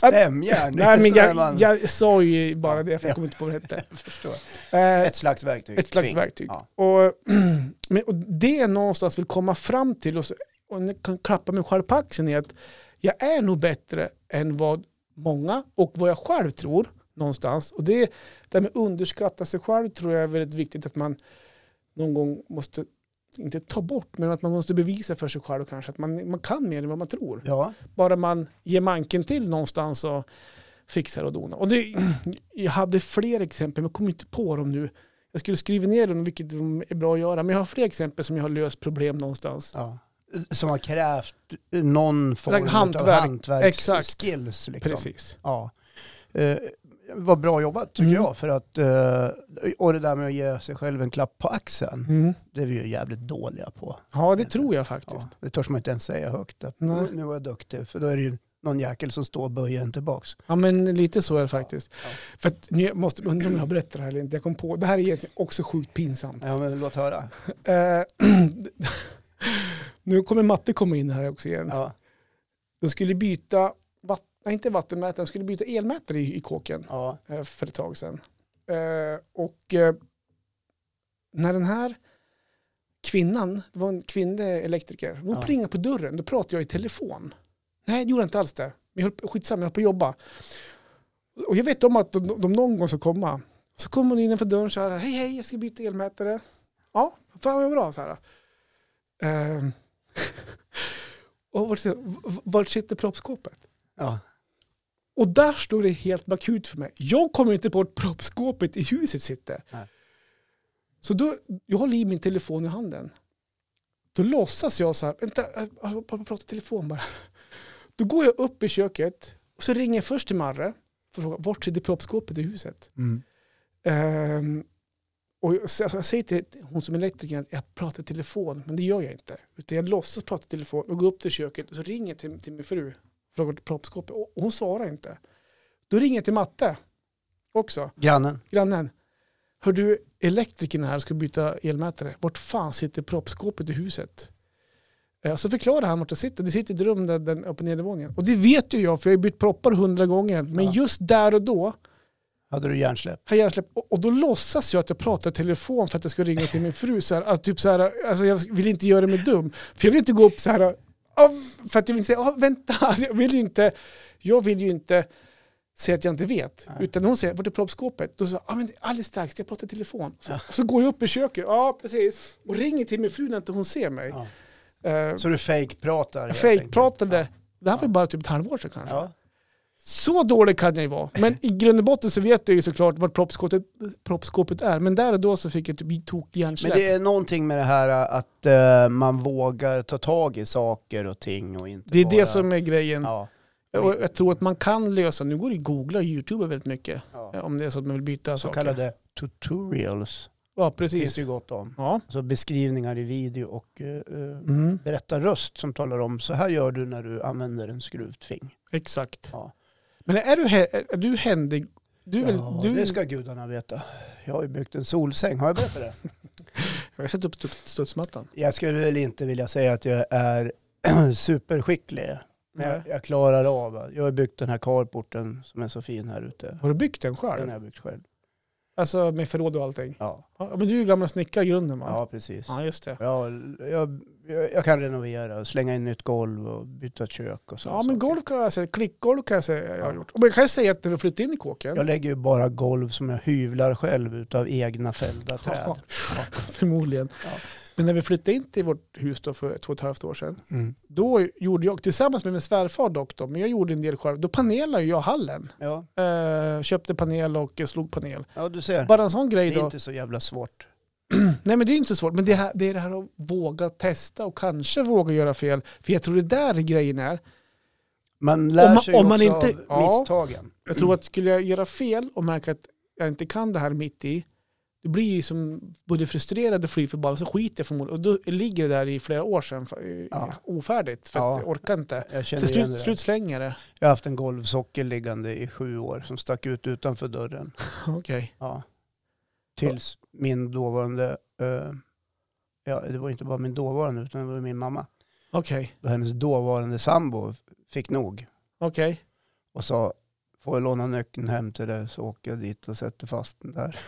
Speaker 1: Stämjärn.
Speaker 2: Nej, men
Speaker 1: Det är sådär
Speaker 2: jag,
Speaker 1: man
Speaker 2: jag sa ju bara det, för jag kommer inte på vad det hette.
Speaker 1: förstår.
Speaker 2: Eh,
Speaker 1: Ett slags verktyg.
Speaker 2: ett slags
Speaker 1: Tving.
Speaker 2: verktyg.
Speaker 1: Ja.
Speaker 2: Och, men, och det är någonstans vill komma fram till och, så, och jag kan klappa mig själv på axeln i att jag är nog bättre än vad många och vad jag själv tror någonstans. Och det, det här med att underskatta sig själv tror jag är väldigt viktigt att man någon gång måste, inte ta bort, men att man måste bevisa för sig själv kanske att man, man kan mer än vad man tror
Speaker 1: Ja.
Speaker 2: bara man ger manken till någonstans och fixar och donar. Och det, jag hade fler exempel, men jag kommer inte på dem nu. Jag skulle skriva ner dem, vilket är bra att göra, men jag har fler exempel som jag har löst problem någonstans.
Speaker 1: ja. Som har krävt någon form av
Speaker 2: hantverk. Exakt.
Speaker 1: hantverksskills. Liksom.
Speaker 2: Precis.
Speaker 1: Ja. Eh, vad bra jobbat tycker
Speaker 2: Mm.
Speaker 1: jag. För att, eh, och det där med att ge sig själv en klapp på axeln,
Speaker 2: Mm.
Speaker 1: det är vi ju jävligt dåliga på.
Speaker 2: Ja, det tror jag
Speaker 1: Ja,
Speaker 2: faktiskt.
Speaker 1: det törs man inte ens säga högt. Att,
Speaker 2: Nej.
Speaker 1: "Nu- nu var jag duktig, för då är det ju någon jäkel som står och böjer en tillbaks.
Speaker 2: Ja, men lite så är det faktiskt.
Speaker 1: Ja.
Speaker 2: För att, nu jag måste undra om jag har berättat det här eller inte. Jag kom på, det här är egentligen också sjukt pinsamt.
Speaker 1: Ja, men låt höra.
Speaker 2: Eh, nu kommer matte komma in här också igen.
Speaker 1: Ja,
Speaker 2: De skulle byta, vatt, nej, inte vattenmätare, de skulle byta elmätare i, i kåken.
Speaker 1: ja,
Speaker 2: eh, för ett tag sedan. Eh, Och eh, när den här kvinnan, det var en kvinnlig elektriker, hon
Speaker 1: Ja.
Speaker 2: plingade på dörren, då pratade jag i telefon. Nej, det gjorde jag inte alls det. Men jag höll, på- skitsamma, jag höll på att jobba. Och jag vet om att de, de någon gång ska komma. Så kommer hon innanför dörren så här, hej hej, jag ska byta elmätare. Ja, fan vad bra så här. Eh, och vart, vart sitter proppskåpet?
Speaker 1: ja.
Speaker 2: Och där står det helt akut för mig. Jag kommer inte på vart proppskåpet i huset sitter.
Speaker 1: Nej.
Speaker 2: Så då, jag håller i min telefon i handen. Då låtsas jag så här, vänta, jag håller på att prata i telefon bara. Då går jag upp i köket och så ringer jag först till Marre för att fråga, vart sitter proppskåpet i huset?
Speaker 1: Mm.
Speaker 2: Ehm, och jag, så jag säger till hon som är elektriker att jag pratar i telefon, men det gör jag inte. Utan jag låtsas prata i telefon och går upp till köket och så ringer jag till, till min fru. Frågar till proppskåpet och och hon svarar inte. Då ringer jag till matte också,
Speaker 1: Grannen.
Speaker 2: grannen. Hör du, elektrikern här ska byta elmätare. Vart fan sitter proppskåpet i huset? Eh, Så förklarar han vart det sitter. Det sitter i ett rum där den är på nedervåningen. Och det vet ju jag, för jag har ju bytt proppar hundra gånger. Men
Speaker 1: Ja.
Speaker 2: just där och då
Speaker 1: Hade du hjärnsläpp?
Speaker 2: har hjärnsläpp. Och, och då låtsas jag att jag pratar i telefon för att jag ska ringa till min fru. Så här, att typ så här, alltså jag vill inte göra mig dum. För jag vill inte gå upp så här, "Ah", för att jag vill inte säga, "Ah, vänta, Alltså, jag vill ju inte, jag vill ju inte säger att jag inte vet.
Speaker 1: Nej.
Speaker 2: Utan hon säger, vart är proppskåpet? Då säger jag, ah, men det är alldeles strax, jag pratar i telefon. Så,
Speaker 1: Ja.
Speaker 2: så går jag upp i köket, ja precis, och ringer till min fru när inte hon ser mig.
Speaker 1: Ja.
Speaker 2: Eh,
Speaker 1: Så du fejkpratar? helt
Speaker 2: Fejkpratande.
Speaker 1: enkelt.
Speaker 2: Det här var ju bara typ ett halvår sedan kanske.
Speaker 1: Ja.
Speaker 2: Så dålig kan jag ju vara. Men i grund och botten så vet jag ju såklart vad proppskåpet, proppskåpet är. Men där och då så fick jag typ tok
Speaker 1: Men
Speaker 2: hjärnsläpp.
Speaker 1: det är någonting med det här eh, att eh, man vågar ta tag i saker och ting och inte
Speaker 2: Det är
Speaker 1: bara...
Speaker 2: det som är grejen.
Speaker 1: Ja.
Speaker 2: Och jag tror att man kan lösa, nu går det ju att googla och youtuba väldigt mycket.
Speaker 1: ja.
Speaker 2: eh, Om det är så att man vill
Speaker 1: Så
Speaker 2: byta saker.
Speaker 1: kallade tutorials
Speaker 2: Ja,
Speaker 1: finns
Speaker 2: precis.
Speaker 1: det ju gott om.
Speaker 2: Ja.
Speaker 1: Alltså beskrivningar i video och eh, eh,
Speaker 2: Mm.
Speaker 1: berättarröst som talar om så här gör du när du använder en skruvtfing.
Speaker 2: Exakt.
Speaker 1: Ja.
Speaker 2: Men är du, hä- är du händig? Du är väl,
Speaker 1: Ja,
Speaker 2: du,
Speaker 1: det ska gudarna veta. Jag har ju byggt en solsäng, har jag berättat det?
Speaker 2: Jag har sett upp studs- studsmattan.
Speaker 1: Jag skulle väl inte vilja säga att jag är superskicklig. Men
Speaker 2: Nej.
Speaker 1: jag, jag klarar av Jag har byggt den här carporten som är så fin här ute.
Speaker 2: Har du byggt den
Speaker 1: Den
Speaker 2: själv?
Speaker 1: har jag byggt själv.
Speaker 2: Alltså med förråd och allting?
Speaker 1: Ja,
Speaker 2: Ja, men du är ju gamla snickare i grunden va?
Speaker 1: ja precis.
Speaker 2: ja just det.
Speaker 1: Ja, jag, jag, jag kan renovera och slänga in nytt golv och byta kök och typ, så.
Speaker 2: Ja, men golv kan jag säga, klickgolv kan jag säga jag har gjort. Och man kan ju säga att när du flyttade in i kåken,
Speaker 1: Jag lägger ju bara golv som jag hyvlar själv utav egna fällda träd.
Speaker 2: Ja, förmodligen.
Speaker 1: Ja.
Speaker 2: Men när vi flyttade in till vårt hus då för två och ett halvt år sedan,
Speaker 1: Mm.
Speaker 2: då gjorde jag, tillsammans med min svärfar dock, då, men jag gjorde en del själv, då panelade jag hallen.
Speaker 1: Ja.
Speaker 2: Eh, köpte panel och eh, slog panel.
Speaker 1: ja, du ser.
Speaker 2: Bara en sån
Speaker 1: Det
Speaker 2: grej
Speaker 1: är
Speaker 2: då.
Speaker 1: inte så jävla svårt.
Speaker 2: Nej men det är inte så svårt, men det, här, det är det här att våga testa och kanske våga göra fel. För jag tror det där grejen är,
Speaker 1: Man lär
Speaker 2: Om man-
Speaker 1: sig ju
Speaker 2: om man
Speaker 1: också
Speaker 2: inte-
Speaker 1: av
Speaker 2: ja.
Speaker 1: misstagen.
Speaker 2: Jag tror att skulle jag göra fel och märka att jag inte kan det här mitt i, då blir jag ju som både frustrerad och fly förbannad, så skiter jag förmodligen. Och då ligger det där i flera år sedan, för- eh,
Speaker 1: Ja.
Speaker 2: ofärdigt, för
Speaker 1: Ja.
Speaker 2: att jag orkar inte.
Speaker 1: Jag känner
Speaker 2: Till
Speaker 1: igen det
Speaker 2: slut,
Speaker 1: där.
Speaker 2: slut slänger jag det.
Speaker 1: Jag har haft en golvsockel liggande i sju år som stack ut utanför dörren.
Speaker 2: Okej.
Speaker 1: Ja. Tills min dåvarande, eh, ja det var inte bara min dåvarande utan det var min mamma.
Speaker 2: Okej.
Speaker 1: Då hennes dåvarande sambo fick nog
Speaker 2: Okej.
Speaker 1: och sa, får jag låna nyckeln hem till dig så åker jag dit och sätter fast den där.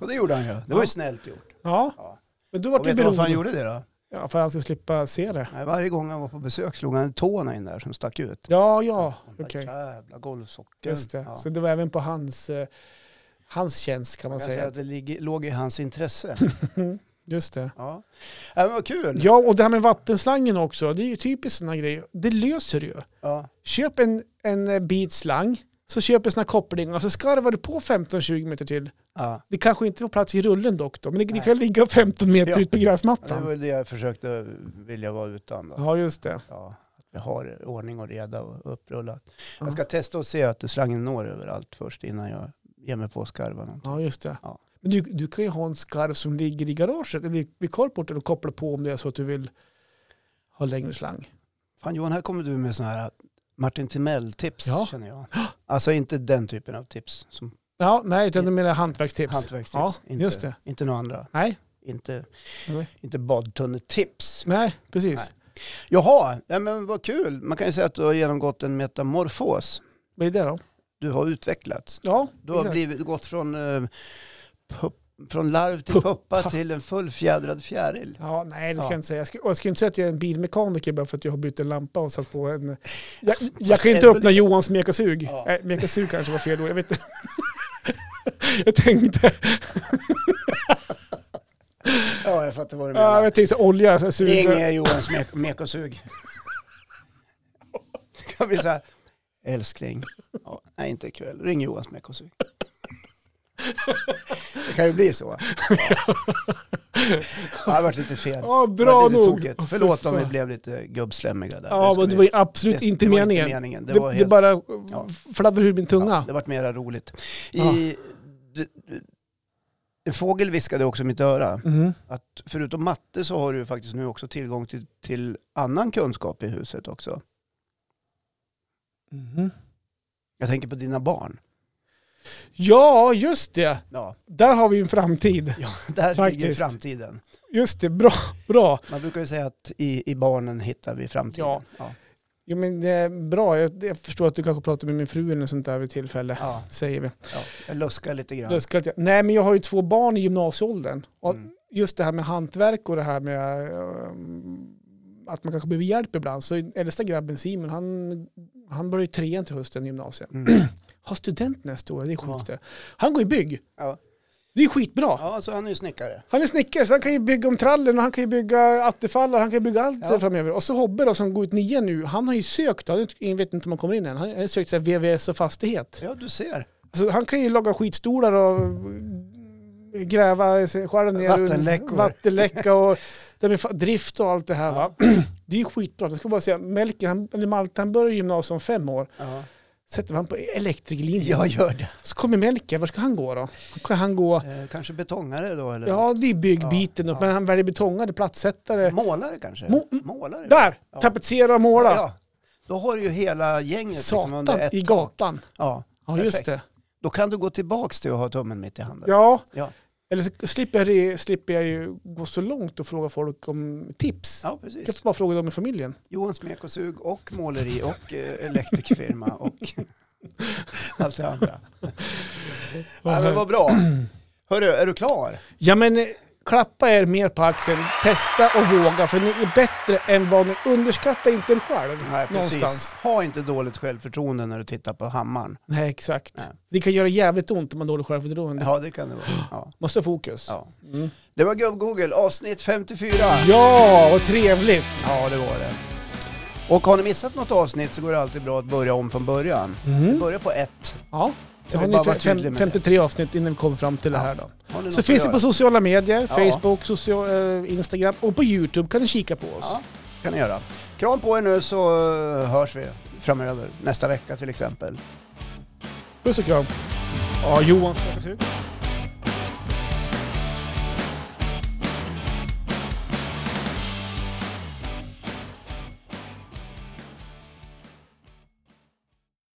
Speaker 1: och det gjorde han ju. Det var ju snällt gjort.
Speaker 2: Ja.
Speaker 1: Ja.
Speaker 2: Men då
Speaker 1: Och
Speaker 2: vart du
Speaker 1: vet du varför han
Speaker 2: beroende.
Speaker 1: gjorde det då?
Speaker 2: Ja, för att han ska slippa se det.
Speaker 1: Nej, varje gång han var på besök slog han tårna in där som stack ut.
Speaker 2: Ja, ja.
Speaker 1: Han bara,
Speaker 2: Okej.
Speaker 1: Jävla golvsockel.
Speaker 2: Just det.
Speaker 1: Ja.
Speaker 2: Så det var även på hans, eh, hans tjänst kan man
Speaker 1: Man kan säga
Speaker 2: säga.
Speaker 1: att det ligger, låg i hans intresse.
Speaker 2: Just det.
Speaker 1: Ja. ja men vad kul.
Speaker 2: Ja, och det här med vattenslangen också. Det är ju typiskt sådana grejer. Det löser du ju.
Speaker 1: Ja.
Speaker 2: Köp en, en eh, bit slang, så köper såna kopplingar, så skarvar du på 15-20 meter till.
Speaker 1: Ja.
Speaker 2: Det kanske inte får plats i rullen dock då, men det, det
Speaker 1: Nej.
Speaker 2: kan ligga 15 meter
Speaker 1: Ja.
Speaker 2: ut på
Speaker 1: Ja, Det var
Speaker 2: gräsmattan.
Speaker 1: väl det jag försökte vilja vara utan. Då.
Speaker 2: Ja, just det.
Speaker 1: Ja, att vi har ordning och reda och upprullat.
Speaker 2: Ja.
Speaker 1: Jag ska testa och se att slangen når överallt först innan jag ger mig på att skarva någonting.
Speaker 2: Ja, just det.
Speaker 1: Ja.
Speaker 2: Men du, du kan ju ha en skarv som ligger i garaget eller vid carporten och koppla på om det är så att du vill ha längre slang.
Speaker 1: Fan Johan, här kommer du med sådana här Martin Timell-tips
Speaker 2: Ja.
Speaker 1: känner jag. Alltså inte den typen av tips. Som
Speaker 2: Ja, nej, utan du menar hantverkstips.
Speaker 1: hantverkstips.
Speaker 2: Ja,
Speaker 1: inte,
Speaker 2: just det.
Speaker 1: Inte några andra.
Speaker 2: Nej,
Speaker 1: Inte,
Speaker 2: Nej.
Speaker 1: inte badtunnetips.
Speaker 2: nej, precis.
Speaker 1: Nej. Jaha, ja, men vad kul. Man kan ju säga att du har genomgått en metamorfos.
Speaker 2: Vad är det då?
Speaker 1: Du har utvecklats.
Speaker 2: Ja,
Speaker 1: Du har
Speaker 2: exakt.
Speaker 1: blivit, gått från, eh, pup, från larv till
Speaker 2: Puppa.
Speaker 1: puppa till en fullfjädrad fjäril.
Speaker 2: Ja, nej det ska
Speaker 1: Ja.
Speaker 2: jag inte säga. Jag ska, och jag ska inte säga att jag är en bilmekaniker bara för att jag har bytt en lampa och satt på en... Jag, jag kan ju inte
Speaker 1: ändå
Speaker 2: öppna Johans mekasug.
Speaker 1: Ja.
Speaker 2: Nej, mekasug kanske var fel då, jag vet inte. jag tänkte,
Speaker 1: Ja, jag fattar vad du
Speaker 2: ja, jag tänkte så olja, så här, suger.
Speaker 1: Ring Johans mek- mekosug. kan vi säga, älskling, ja, nej inte ikväll, ring Johans mekosug. Det kan ju bli så. Ja, det har varit lite fel.
Speaker 2: Ja,
Speaker 1: Det har
Speaker 2: bra
Speaker 1: varit lite
Speaker 2: nog.
Speaker 1: tokigt.
Speaker 2: Åh, fy
Speaker 1: Förlåt om
Speaker 2: fan.
Speaker 1: vi blev lite gubbslemmiga där.
Speaker 2: Ja, men det
Speaker 1: skulle
Speaker 2: var ju
Speaker 1: vi-
Speaker 2: absolut
Speaker 1: det-
Speaker 2: inte
Speaker 1: det var
Speaker 2: meningen.
Speaker 1: Inte meningen.
Speaker 2: Det,
Speaker 1: Det, var
Speaker 2: det
Speaker 1: helt,
Speaker 2: bara
Speaker 1: Ja.
Speaker 2: fladdrar ur min tunga.
Speaker 1: ja, det vart mera roligt. I,
Speaker 2: Ja.
Speaker 1: du, du, en fågel viskade också i mitt öra
Speaker 2: Mhm.
Speaker 1: att förutom matte så har du ju faktiskt nu också tillgång till, till annan kunskap i huset också. Mhm. Jag tänker på dina barn.
Speaker 2: Ja, just det.
Speaker 1: Ja,
Speaker 2: Där har vi ju en framtid.
Speaker 1: ja där ligger
Speaker 2: Faktiskt.
Speaker 1: framtiden.
Speaker 2: Just det, bra. bra.
Speaker 1: Man brukar ju säga att i, i barnen hittar vi framtiden.
Speaker 2: Ja.
Speaker 1: Ja.
Speaker 2: Jo, men, eh, bra, jag, jag förstår att du kanske pratar med min fru eller något sånt där vid tillfälle.
Speaker 1: Ja,
Speaker 2: Säger vi.
Speaker 1: ja. Jag luskar lite grann.
Speaker 2: Då ska jag, nej, men jag har ju två barn i gymnasieåldern. Och
Speaker 1: Mm.
Speaker 2: Just det här med hantverk och det här eh, med ehm, att man kanske behöver hjälp ibland. Så äldsta grabben Simon, han han börjar ju trean till hösten i gymnasiet.
Speaker 1: Mm.
Speaker 2: Har student nästa år, det är sjukt
Speaker 1: Ja.
Speaker 2: det. Han går i bygg.
Speaker 1: Ja.
Speaker 2: Det är skitbra.
Speaker 1: ja, så han är ju snickare.
Speaker 2: Han är snickare så han kan ju bygga om trallen och han kan ju bygga attefallar, han kan ju bygga allt
Speaker 1: Ja.
Speaker 2: framöver. Och så Hobbe då som går ut nian nu, han har ju sökt, han vet inte om han kommer in än, han har sökt så här VVS och fastighet.
Speaker 1: Ja, du ser.
Speaker 2: Alltså, han kan ju laga skitstolar och gräva skära ner
Speaker 1: Vattenläckor.
Speaker 2: vattenläcka och det med fa- drift och allt det här. Va? Det är ju skitbra. Jag ska bara säga, Melker, han, eller Malte, han börjar gymnasiet om fem år.
Speaker 1: Ja,
Speaker 2: Sätter man på elektriklinjen.
Speaker 1: jag gör det.
Speaker 2: Så kommer Melker, var ska han gå då? Kan han gå?
Speaker 1: Eh, kanske betongare då eller?
Speaker 2: Ja, det är byggbiten,
Speaker 1: Ja, ja.
Speaker 2: men han väljer betongare, plattsättare.
Speaker 1: Målare kanske?
Speaker 2: Mo-
Speaker 1: Målare?
Speaker 2: Där!
Speaker 1: Ja.
Speaker 2: Tapetsera och måla.
Speaker 1: Ja. Då har du ju hela gänget liksom
Speaker 2: Satan,
Speaker 1: under ett
Speaker 2: i gatan.
Speaker 1: Ja.
Speaker 2: Ja, just
Speaker 1: Perfekt.
Speaker 2: det.
Speaker 1: Då kan du gå tillbaks till att ha tummen mitt i handen.
Speaker 2: Ja.
Speaker 1: Ja.
Speaker 2: Eller så slipper jag, re- slipper jag ju gå så långt och fråga folk om tips.
Speaker 1: Ja,
Speaker 2: Jag får
Speaker 1: precis.
Speaker 2: bara fråga dem i familjen.
Speaker 1: Johan Smek och Sug och måleri och eh, elektrikfirma och allt det andra. Ja, men vad bra. Hörru, är du klar?
Speaker 2: Ja men eh, klappa er mer på axeln, testa och våga för ni är bättre än vad ni underskattar inte er själv.
Speaker 1: Nej, precis.
Speaker 2: någonstans.
Speaker 1: Ha inte dåligt självförtroende när du tittar på hammaren.
Speaker 2: Nej exakt.
Speaker 1: Nej.
Speaker 2: Det kan göra jävligt ont om man har dåligt självförtroende.
Speaker 1: Ja, det kan det vara. Ja.
Speaker 2: Måste ha fokus.
Speaker 1: Ja.
Speaker 2: Mm.
Speaker 1: Det var Gubb-Google, avsnitt 54.
Speaker 2: Ja, vad trevligt!
Speaker 1: Ja, det var det. Och har ni missat något avsnitt så går det alltid bra att börja om från början.
Speaker 2: Mm.
Speaker 1: Börja på ett.
Speaker 2: Ja, så
Speaker 1: Jag
Speaker 2: har
Speaker 1: vill
Speaker 2: ni
Speaker 1: bara vara
Speaker 2: fe-
Speaker 1: tydlig
Speaker 2: fem,
Speaker 1: med
Speaker 2: 53 avsnitt innan vi kom fram till det
Speaker 1: Ja.
Speaker 2: här då.
Speaker 1: Har ni något
Speaker 2: Så
Speaker 1: att
Speaker 2: finns det
Speaker 1: göra?
Speaker 2: på sociala medier,
Speaker 1: Ja.
Speaker 2: Facebook, social, eh, Instagram och på YouTube kan ni kika på oss.
Speaker 1: Ja, kan ni göra. Kram på er nu så eh, hörs vi framöver. Nästa vecka till exempel.
Speaker 2: Puss och kram. Ja, Johan ska